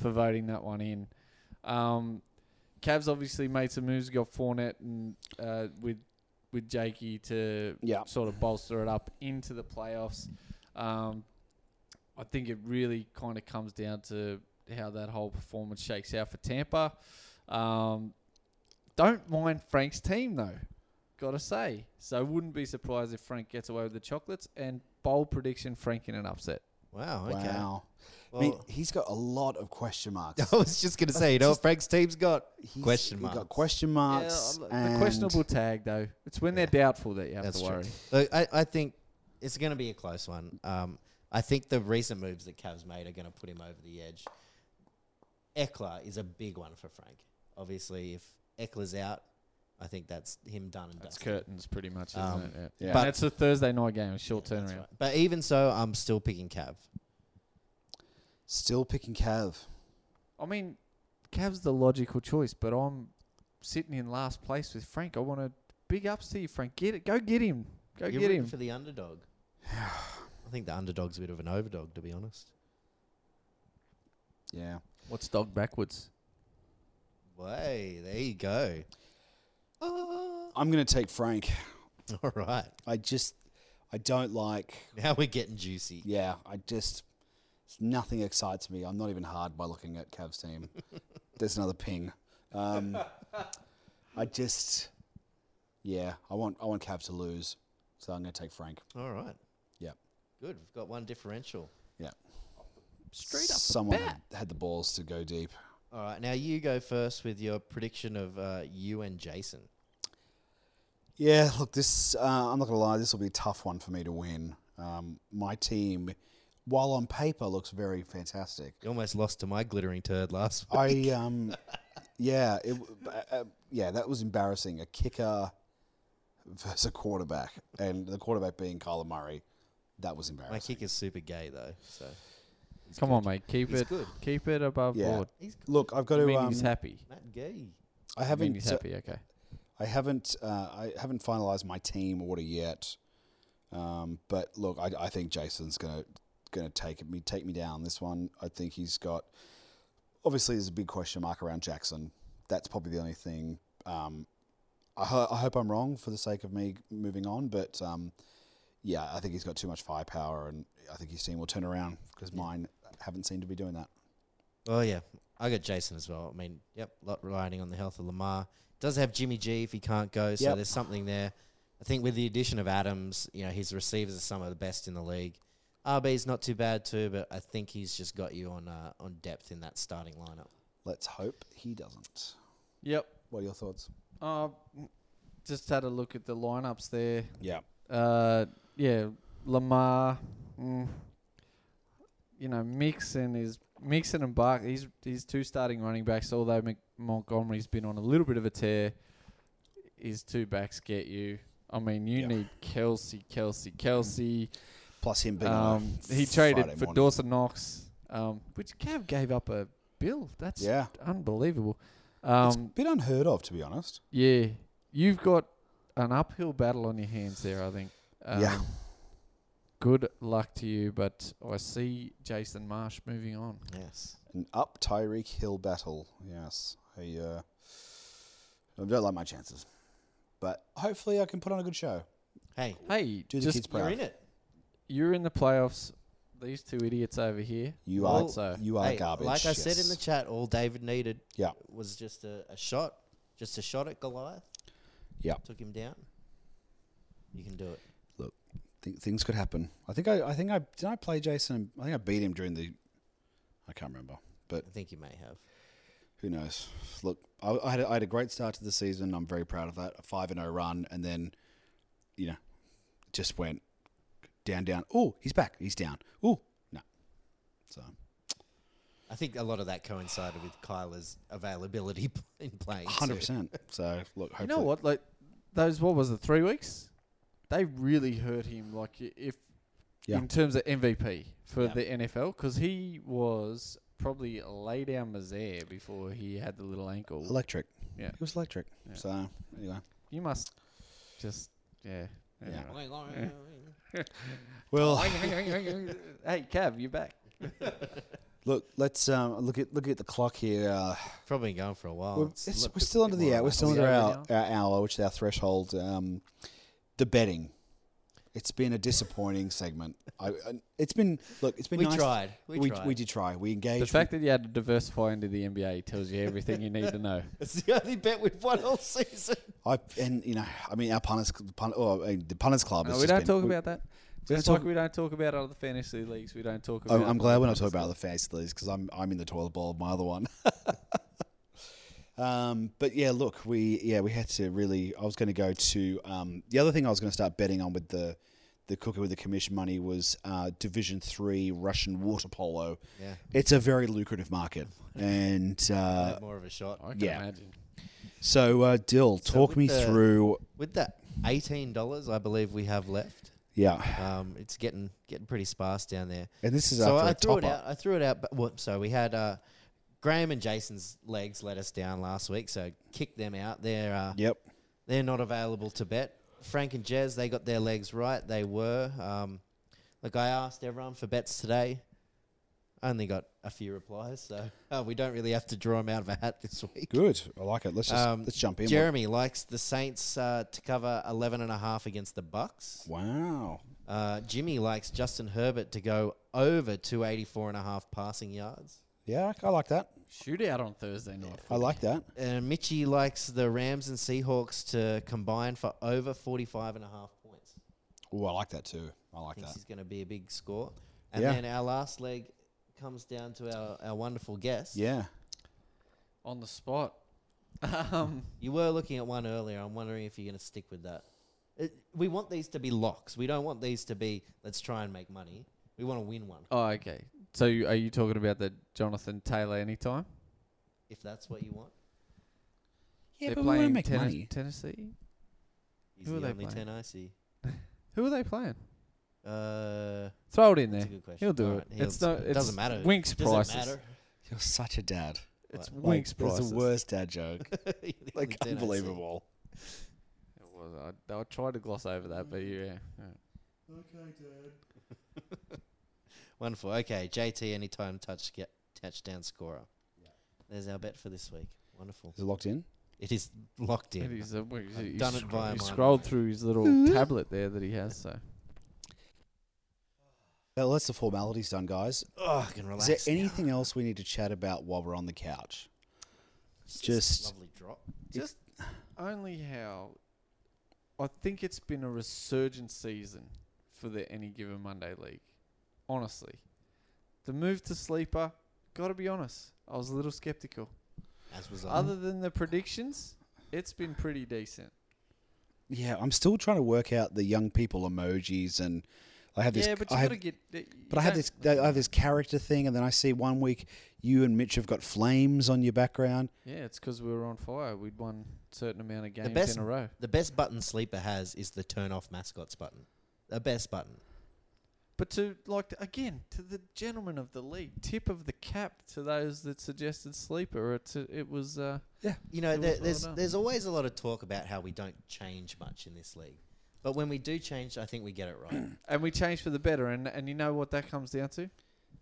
Speaker 2: for voting that one in. Um, Cavs obviously made some moves. Got Fournette and uh, with with Jakey to
Speaker 1: Yeah,
Speaker 2: sort of bolster it up into the playoffs. Um, I think it really kind of comes down to how that whole performance shakes out for Tampa. Um, don't mind Frank's team though, gotta say. So wouldn't be surprised if Frank gets away with the chocolates. And bold prediction: Frank in an upset.
Speaker 3: Wow. Okay.
Speaker 1: wow.
Speaker 3: Well,
Speaker 1: I mean, he's got a lot of question marks.
Speaker 3: I was just gonna say, you know, what Frank's team's got
Speaker 1: He's-
Speaker 3: question
Speaker 1: He got
Speaker 3: marks.
Speaker 1: question marks.
Speaker 2: the
Speaker 1: and-
Speaker 2: questionable tag though. It's when they're doubtful that you have
Speaker 3: That's
Speaker 2: to
Speaker 3: true.
Speaker 2: worry.
Speaker 3: Look, I, I think it's going to be a close one. Um, I think the recent moves that Cavs made are going to put him over the edge. Eckler is a big one for Frank. Obviously, if Eckler's out, I think that's him done and
Speaker 2: That's
Speaker 3: dusted.
Speaker 2: curtains, pretty much, isn't
Speaker 3: Um,
Speaker 2: it? Yeah.
Speaker 1: yeah.
Speaker 2: But
Speaker 3: But-
Speaker 2: it's a Thursday night game, short
Speaker 3: That's
Speaker 2: turnaround.
Speaker 3: right. But even so, I'm still picking Cav.
Speaker 1: Still picking Cav.
Speaker 2: I mean, Cav's the logical choice, but I'm sitting in last place with Frank. I want to big ups to you, Frank. Get it, go get him, go
Speaker 3: You're
Speaker 2: get
Speaker 3: rooting
Speaker 2: him.
Speaker 3: for the underdog. I think the underdog's a bit of an overdog, to be honest.
Speaker 1: Yeah.
Speaker 2: What's dog backwards?
Speaker 3: Way, there you go.
Speaker 2: Ah.
Speaker 3: Oh,
Speaker 1: I'm going to take Frank.
Speaker 3: all right.
Speaker 1: I just, I don't like,
Speaker 3: Now we're getting juicy.
Speaker 1: yeah, I just, nothing excites me. I'm not even hard by looking at Cav's team. There's another ping. Um, I just, yeah, I want, I want Cav to lose. So I'm going to take Frank.
Speaker 3: All right.
Speaker 1: Yep.
Speaker 3: Good. We've got one differential.
Speaker 1: Yeah.
Speaker 2: Straight up.
Speaker 1: Someone had, had the balls to go deep.
Speaker 3: All right, now you go first with your prediction of uh, you and Jason.
Speaker 1: Yeah, look, this, uh, I'm not going to lie, this will be a tough one for me to win. Um, my team, while on paper, looks very fantastic.
Speaker 3: You almost lost to my glittering turd last. week.
Speaker 1: I um, yeah, it, w- uh, uh, yeah, that was embarrassing. A kicker versus a quarterback, and the quarterback being Kyler Murray, that was
Speaker 3: My
Speaker 1: embarrassing.
Speaker 3: kick is super gay though, so
Speaker 2: Come on, mate. Keep
Speaker 3: He's
Speaker 2: it.
Speaker 3: good.
Speaker 2: Keep it above
Speaker 1: Yeah.
Speaker 2: board.
Speaker 3: he's good.
Speaker 1: Look, I've got
Speaker 2: I
Speaker 1: to.
Speaker 2: mean,
Speaker 1: Um,
Speaker 2: he's happy.
Speaker 3: Matt Gay.
Speaker 1: I
Speaker 2: I mean,
Speaker 1: haven't.
Speaker 2: he's happy. Okay.
Speaker 1: I haven't. Uh, I haven't finalized my team order yet. Um, but look, I, I think Jason's gonna gonna take me take me down this one. I think he's got. Obviously, there's a big question mark around Jackson. That's probably the only thing. Um, I, ho- I hope I'm wrong for the sake of me moving on, but um, yeah, I think he's got too much firepower, and I think his team will turn around because mine haven't seemed to be doing that.
Speaker 3: Oh yeah, I got Jason as well. I mean, yep, lot relying on the health of Lamar. Does have Jimmy G if he can't go, so
Speaker 1: Yep.
Speaker 3: there's something there. I think with the addition of Adams, you know, his receivers are some of the best in the league. RB's not too bad too, but I think he's just got you on uh, on depth in that starting lineup.
Speaker 1: Let's hope he doesn't.
Speaker 2: Yep.
Speaker 1: What are your thoughts?
Speaker 2: Uh, just had a look at the lineups there.
Speaker 1: Yeah,
Speaker 2: Uh, yeah, Lamar. Mm, you know, Mixon is Mixon and Bark. He's he's two starting running backs. Although Mc, Montgomery's been on a little bit of a tear, his two backs get you. I mean, you
Speaker 1: Yeah.
Speaker 2: need Kelsey, Kelsey, Kelsey.
Speaker 1: plus him being on
Speaker 2: Um,
Speaker 1: a
Speaker 2: he traded
Speaker 1: Friday
Speaker 2: for
Speaker 1: morning.
Speaker 2: Dawson Knox, um, which Cav gave up a bill. That's
Speaker 1: Yeah,
Speaker 2: unbelievable.
Speaker 1: it's a
Speaker 2: Um,
Speaker 1: bit unheard of, to be honest.
Speaker 2: yeah, you've got an uphill battle on your hands there. I think. Um,
Speaker 1: Yeah.
Speaker 2: Good luck to you, but I see Jason Marsh moving on.
Speaker 3: Yes.
Speaker 1: an up Tyreek Hill battle. Yes, I, uh, I don't like my chances, but hopefully I can put on a good show.
Speaker 3: Hey,
Speaker 2: Hey,
Speaker 1: Do the
Speaker 2: just
Speaker 1: kids
Speaker 3: you're
Speaker 1: proud?
Speaker 3: in it.
Speaker 2: you're in the playoffs. These two idiots over here.
Speaker 1: You
Speaker 3: Well,
Speaker 1: are
Speaker 2: so-
Speaker 1: you are
Speaker 3: Hey,
Speaker 1: garbage.
Speaker 3: Like I said in the
Speaker 1: yes.
Speaker 3: chat, all David needed
Speaker 1: yeah,
Speaker 3: was just a, a shot, just a shot at Goliath.
Speaker 1: Yeah.
Speaker 3: Took him down. You can do it.
Speaker 1: th- things could happen. I think I, I think I did I play Jason. I think I beat him during the. I can't remember, but
Speaker 3: I think you may have.
Speaker 1: who knows? Look, I, I had a, I had a great start to the season. I'm very proud of that. A five and zero run, and then, you know, just went down, down. Oh, he's back. He's down. Oh, no. So
Speaker 3: I think a lot of that coincided with Kyler's availability in playing. too.
Speaker 1: hundred percent. So look, hopefully,
Speaker 2: You know what? Like those, what was it? Three weeks. They really hurt him. Like i- if,
Speaker 1: Yeah.
Speaker 2: in terms of MVP for
Speaker 3: Yeah.
Speaker 2: the NFL, because he was probably lay down Mazair before he had the little ankle.
Speaker 1: electric.
Speaker 2: Yeah.
Speaker 1: it was electric.
Speaker 2: Yeah.
Speaker 1: So anyway,
Speaker 2: you must just yeah.
Speaker 1: Yeah.
Speaker 2: anyway.
Speaker 1: well,
Speaker 2: hey, Cav, you're back.
Speaker 1: look, let's um, look at look at the clock here. Uh,
Speaker 3: Probably been going for a while.
Speaker 1: We're,
Speaker 3: It's
Speaker 1: it's,
Speaker 3: looked
Speaker 1: we're
Speaker 3: a
Speaker 1: still
Speaker 3: bit
Speaker 1: under
Speaker 3: more
Speaker 1: the hour. We're
Speaker 3: relaxed.
Speaker 1: still
Speaker 2: Are we
Speaker 1: under our,
Speaker 2: over
Speaker 1: our hour, which is our threshold. Um, the betting. It's been a disappointing segment. I, I- it's been look. It's been
Speaker 3: We
Speaker 1: nice.
Speaker 3: tried. We,
Speaker 1: we,
Speaker 3: tried.
Speaker 1: we did try. We engaged.
Speaker 2: The fact that you had to diversify into the NBA tells you everything you need to know.
Speaker 3: It's the only bet we've won all season.
Speaker 1: I and you know, I mean, our punters, pun, oh, I mean, the punters club.
Speaker 2: No,
Speaker 1: has
Speaker 2: we
Speaker 1: just
Speaker 2: don't
Speaker 1: been-
Speaker 2: talk
Speaker 1: we-
Speaker 2: about that.
Speaker 1: we don't
Speaker 2: Just
Speaker 1: talk-
Speaker 2: like we don't talk about other fantasy leagues. We don't talk about.
Speaker 1: Oh, I'm, I'm glad we're not
Speaker 2: other
Speaker 1: talking about the fantasy leagues because I'm I'm in the toilet bowl of my other one. um, but yeah, look, we yeah we had to really. I was going to go to um, the other thing I was going to start betting on with the the cooker with the commission money was uh, Division Three Russian water polo.
Speaker 3: Yeah.
Speaker 1: It's a very lucrative market, and uh,
Speaker 3: had more of a shot.
Speaker 2: I can
Speaker 1: Yeah.
Speaker 2: imagine.
Speaker 1: so uh, Dill,
Speaker 3: So
Speaker 1: talk
Speaker 3: with
Speaker 1: me
Speaker 3: the-
Speaker 1: through.
Speaker 3: With that eighteen dollars, I believe we have left.
Speaker 1: Yeah,
Speaker 3: Um, it's getting getting pretty sparse down there.
Speaker 1: and this is
Speaker 3: so
Speaker 1: after
Speaker 3: I
Speaker 1: a
Speaker 3: threw
Speaker 1: top
Speaker 3: it
Speaker 1: up.
Speaker 3: out. I threw it out. But what, so we had uh, Graham and Jason's legs let us down last week. So kick them out. They're uh,
Speaker 1: Yep.
Speaker 3: they're not available to bet. Frank and Jez, they got their legs right. They were. Um, look, I asked everyone for bets today. Only got a few replies, so uh, we don't really have to draw them out of a hat this week.
Speaker 1: Good. I like it. Let's just
Speaker 3: Um,
Speaker 1: let's jump in.
Speaker 3: Jeremy likes the Saints uh, to cover 11 and a half against the Bucks.
Speaker 1: wow.
Speaker 3: Uh, Jimmy likes Justin Herbert to go over 284 and a half passing yards.
Speaker 1: Yeah, I I like that.
Speaker 2: Shootout on Thursday night.
Speaker 1: I like that.
Speaker 3: And Mitchy likes the Rams and Seahawks to combine for over 45 and a half points.
Speaker 1: Oh, I like that too. I like
Speaker 3: Thinks
Speaker 1: that.
Speaker 3: he's going to be a big score. And
Speaker 1: Yeah.
Speaker 3: then our last leg comes down to our, our wonderful guest.
Speaker 1: Yeah.
Speaker 2: on the spot. Um,
Speaker 3: You were looking at one earlier. I'm wondering if you're going to stick with that. It, we want these to be locks. We don't want these to be let's try and make money. We want to win one.
Speaker 2: oh, okay. So you, are you talking about the Jonathan Taylor anytime?
Speaker 3: If that's what you want.
Speaker 2: They're playing Tennes- Tennessee.
Speaker 3: He's
Speaker 2: Who are
Speaker 3: the
Speaker 2: they
Speaker 3: only
Speaker 2: playing?
Speaker 3: 10 I see.
Speaker 2: Who are they playing?
Speaker 3: Uh,
Speaker 2: Throw it in
Speaker 3: that's
Speaker 2: there.
Speaker 3: a good question.
Speaker 2: He'll do
Speaker 3: All
Speaker 2: it.
Speaker 3: right, he'll
Speaker 2: it's
Speaker 3: do
Speaker 2: no.
Speaker 3: it.
Speaker 2: It's
Speaker 3: doesn't matter.
Speaker 2: Winks
Speaker 3: Does it
Speaker 2: prices.
Speaker 3: matter?
Speaker 1: You're such a dad.
Speaker 2: It's
Speaker 3: What?
Speaker 2: Winks
Speaker 1: like, that's
Speaker 2: prices.
Speaker 1: the worst dad joke.
Speaker 3: You're the only
Speaker 1: like
Speaker 3: 10 I see.
Speaker 1: unbelievable.
Speaker 2: It was. I, I tried to gloss over that, but yeah. yeah.
Speaker 3: Wonderful. Okay, JT anytime touch get touchdown scorer. There's our bet for this week. Wonderful.
Speaker 1: Is it locked in?
Speaker 3: It is locked
Speaker 2: It
Speaker 3: in.
Speaker 2: is. Uh, well, you-
Speaker 3: I've
Speaker 2: you
Speaker 3: done it
Speaker 2: scro-
Speaker 3: via
Speaker 2: you
Speaker 3: mine.
Speaker 2: scrolled through his little tablet there that he has. So
Speaker 1: Well, that's the formalities done, guys.
Speaker 3: Oh, I can relax.
Speaker 1: Is
Speaker 3: now.
Speaker 1: there anything else we need to chat about while we're on the couch?
Speaker 3: It's
Speaker 1: just-
Speaker 3: lovely drop?
Speaker 2: just only how I think it's been a resurgent season for the any given Monday league. Honestly, the move to sleeper. Got to be honest, I was a little skeptical.
Speaker 3: As was
Speaker 2: Other than the predictions, it's been pretty decent.
Speaker 1: Yeah, I'm still trying to work out the young people emojis, and I have this.
Speaker 2: yeah, but
Speaker 1: I
Speaker 2: you
Speaker 1: have,
Speaker 2: got to get. you
Speaker 1: but I have
Speaker 2: don't-
Speaker 1: this. I have this character thing, and then I see one week you and Mitch have got flames on your background.
Speaker 2: Yeah, it's because we were on fire. We'd won certain amount of games
Speaker 3: best-
Speaker 2: in a row.
Speaker 3: The best button sleeper has is the turn off mascots button. The best button.
Speaker 2: But to like to- again to the gentlemen of the league, tip of the cap to those that suggested sleeper. It it was uh,
Speaker 3: You know,
Speaker 2: It was
Speaker 3: there,
Speaker 2: well
Speaker 3: there's
Speaker 2: done.
Speaker 3: there's always a lot of talk about how we don't change much in this league, but when we do change, I think we get it right.
Speaker 2: and we changed for the better. And and you know what that comes down to?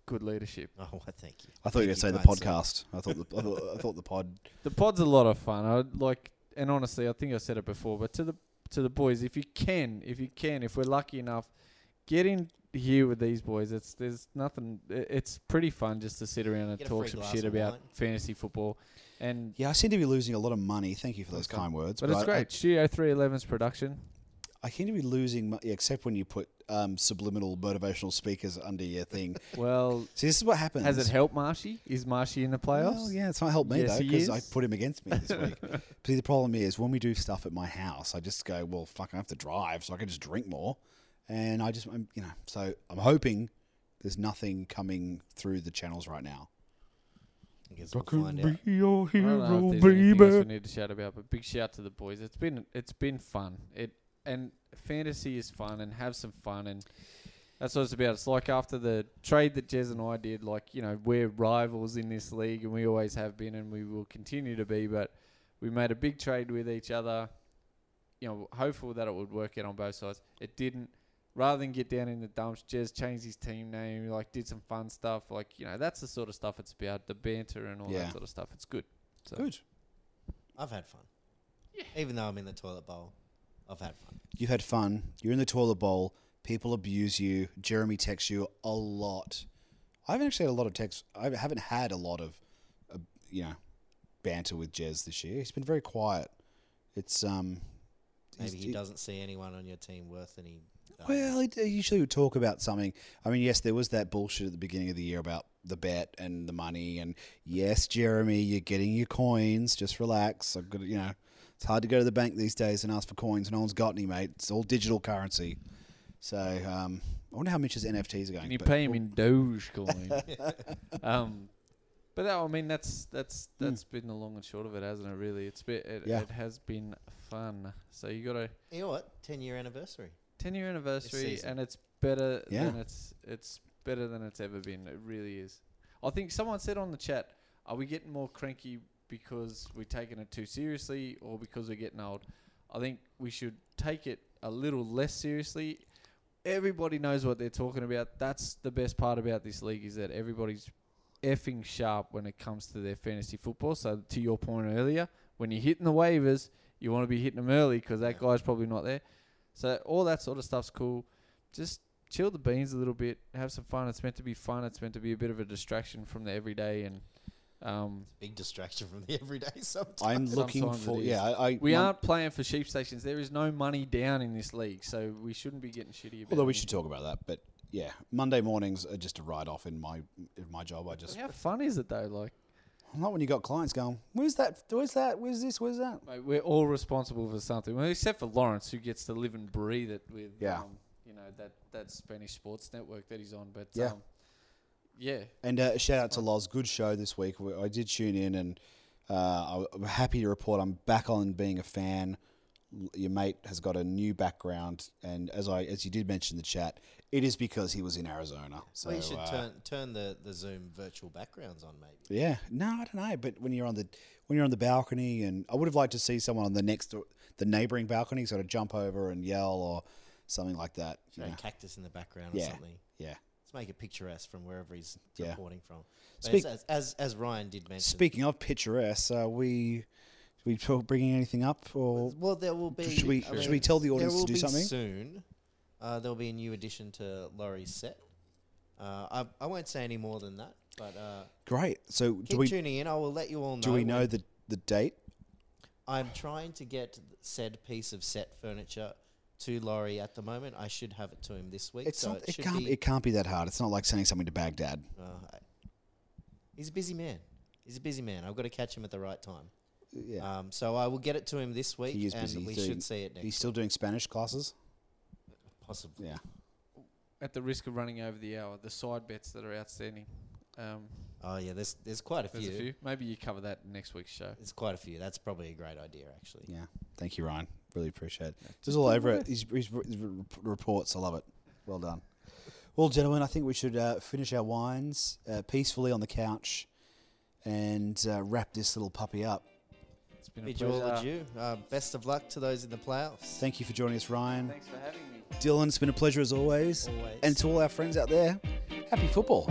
Speaker 2: good leadership.
Speaker 3: Oh, well, thank you.
Speaker 1: I thought you were going to say
Speaker 3: Thank
Speaker 1: the
Speaker 3: you, Gladstone.
Speaker 1: podcast. I thought the I thought, I thought the pod.
Speaker 2: The pod's a lot of fun. I like, and honestly, I think I said it before, but to the to the boys, if you can, if you can, if we're lucky enough, get in here with these boys. It's there's nothing. i- It's pretty fun just to sit around and
Speaker 3: Get a
Speaker 2: talk
Speaker 3: free
Speaker 2: some
Speaker 3: glass
Speaker 2: shit
Speaker 3: of
Speaker 2: about
Speaker 3: wine.
Speaker 2: fantasy football, and
Speaker 1: Yeah, I seem to be losing a lot of money. Thank you for those
Speaker 2: Okay.
Speaker 1: kind words.
Speaker 2: but it's
Speaker 1: I-
Speaker 2: great. Studio Three Eleven's production.
Speaker 1: I, I seem to be losing, mo- yeah, except when you put um, subliminal motivational speakers under your thing.
Speaker 2: Well,
Speaker 1: See, this is what happens.
Speaker 2: has it helped Marshy? Is Marshy in the playoffs?
Speaker 1: Well, yeah, it's not helped me
Speaker 2: Yes,
Speaker 1: though
Speaker 2: he
Speaker 1: because I
Speaker 2: is.
Speaker 1: put him against me this week. See, the problem is when we do stuff at my house, I just go, well, fuck, I have to drive, so I can just drink more, and I just, I'm, you know, so I'm hoping there's nothing coming through the channels right now.
Speaker 3: I guess we'll find out.
Speaker 4: your
Speaker 2: I don't know if there's anything else we need to shout about, but big shout to the boys. It's been it's been fun. It and fantasy is fun and have some fun and that's what it's about. It's like after the trade that Jez and I did, like, you know, we're rivals in this league and we always have been and we will continue to be, but we made a big trade with each other. You know, hopeful that it would work out on both sides. It didn't. Rather than get down in the dumps, Jez changed his team name, like did some fun stuff. Like, you know, that's the sort of stuff it's about, the banter and all
Speaker 1: Yeah.
Speaker 2: that sort of stuff. It's good. So-
Speaker 1: Good.
Speaker 3: I've had fun. Even though I'm in the toilet bowl, I've had fun.
Speaker 1: You've had fun. You're in the toilet bowl. People abuse you. Jeremy texts you a lot. I haven't actually had a lot of texts. I haven't had a lot of, uh, you know, banter with Jez this year. He's been very quiet. It's um.
Speaker 3: Maybe
Speaker 1: he's-
Speaker 3: he doesn't see anyone on your team worth any. uh,
Speaker 1: Well, it- it usually we talk about something. I mean, yes, there was that bullshit at the beginning of the year about the bet and the money, and yes, Jeremy, you're getting your coins. Just relax. I've got to- you know, it's hard to go to the bank these days and ask for coins. No one's got any, mate. It's all digital currency. So um, I wonder how much his NFTs are going.
Speaker 2: Can you
Speaker 1: but-
Speaker 2: pay him in Dogecoin? um, but that, I mean, that's that's that's been the long and short of it, hasn't it? Really, it's been it,
Speaker 1: Yeah.
Speaker 2: it has been fun. So you got a
Speaker 3: You know what? Ten year anniversary.
Speaker 2: ten year anniversary,
Speaker 3: season.
Speaker 2: and it's better
Speaker 1: Yeah.
Speaker 2: than it's it's better than it's ever been. It really is. I think someone said on the chat, "Are we getting more cranky because we're taking it too seriously, or because we're getting old?" I think we should take it a little less seriously. Everybody knows what they're talking about. That's the best part about this league is that everybody's effing sharp when it comes to their fantasy football. So to your point earlier, when you're hitting the waivers, you want to be hitting them early because that guy's probably not there. So all that sort of stuff's cool. Just chill the beans a little bit, have some fun. It's meant to be fun. It's meant to be a bit of a distraction from the everyday, and um,
Speaker 3: Big distraction from the everyday sometimes.
Speaker 1: I'm looking
Speaker 2: Sometimes it
Speaker 1: for.
Speaker 2: is.
Speaker 1: Yeah, I, I
Speaker 2: we
Speaker 1: one-
Speaker 2: aren't playing for sheep stations. There is no money down in this league, so we shouldn't be getting shitty about.
Speaker 1: Although we
Speaker 2: it.
Speaker 1: should talk about that, but yeah, Monday mornings are just a write off in my in my job. I just
Speaker 2: How fun is it though? Like,
Speaker 1: not when you got clients going. Where's that? Where's that? Where's this? Where's that?
Speaker 2: mate, we're all responsible for something, well, except for Lawrence, who gets to live and breathe it with,
Speaker 1: Yeah.
Speaker 2: um, you know, that that Spanish sports network that he's on. But
Speaker 1: Yeah.
Speaker 2: um, yeah,
Speaker 1: And uh, shout out to Loz, good show this week. We- I did tune in, and uh, I'm happy to report I'm back on being a fan. L- Your mate has got a new background, and as I as you did mention in the chat, it is because he was in Arizona. So
Speaker 3: we should
Speaker 1: uh,
Speaker 3: turn turn the, the Zoom virtual backgrounds on, maybe.
Speaker 1: Yeah, no, I don't know. But when you're on the when you're on the balcony, and I would have liked to see someone on the next the neighboring balcony sort of jump over and yell or something like that.
Speaker 3: Throw
Speaker 1: Yeah.
Speaker 3: a cactus in the background
Speaker 1: Yeah.
Speaker 3: or something.
Speaker 1: yeah.
Speaker 3: Let's make it picturesque from wherever he's
Speaker 1: Yeah.
Speaker 3: reporting from. But
Speaker 1: Speak-
Speaker 3: as, as as Ryan did mention.
Speaker 1: Speaking of picturesque, are we we bringing anything up or
Speaker 3: Well, there will be.
Speaker 1: should we
Speaker 3: I
Speaker 1: should
Speaker 3: mean,
Speaker 1: we tell the audience
Speaker 3: there will
Speaker 1: to do
Speaker 3: be
Speaker 1: something?
Speaker 3: soon. Uh, there will be a new addition to Laurie's set. Uh, I I won't say any more than that, but uh,
Speaker 1: Great. So do
Speaker 3: keep
Speaker 1: we
Speaker 3: tuning in. I will let you all know.
Speaker 1: do we
Speaker 3: when-
Speaker 1: know the the date?
Speaker 3: I'm trying to get said piece of set furniture to Laurie at the moment. I should have it to him this week.
Speaker 1: It's
Speaker 3: so
Speaker 1: not.
Speaker 3: it
Speaker 1: It
Speaker 3: should
Speaker 1: can't.
Speaker 3: Be,
Speaker 1: It can't be that hard. It's not like sending something to Baghdad.
Speaker 3: uh, I- he's a busy man. He's a busy man. I've got to catch him at the right time.
Speaker 1: Yeah.
Speaker 3: Um, so I will get it to him this week,
Speaker 1: He is
Speaker 3: and
Speaker 1: busy.
Speaker 3: we
Speaker 1: He's doing-
Speaker 3: should see it
Speaker 1: He's
Speaker 3: next.
Speaker 1: still doing Spanish classes.
Speaker 3: Possibly.
Speaker 1: Yeah.
Speaker 2: at the risk of running over the hour, the side bets that are outstanding. Um,
Speaker 3: Oh yeah. There's there's quite a
Speaker 2: there's
Speaker 3: few.
Speaker 2: a few. Maybe you cover that in next week's show.
Speaker 3: There's quite a few. That's probably a great idea, actually.
Speaker 1: Yeah. Thank you, Ryan. Really appreciate it. Just all over it. His, his, his re- reports. I love it. Well done. Well, gentlemen, I think we should uh, finish our wines uh, peacefully on the couch and uh, wrap this little puppy up.
Speaker 2: It's been
Speaker 3: Bid you all adieu. Uh, best of luck to those in the playoffs.
Speaker 1: Thank you for joining us, Ryan.
Speaker 2: Thanks for having me.
Speaker 1: Dylan, it's been a pleasure as always.
Speaker 3: Always.
Speaker 1: And to all our friends out there, Happy football.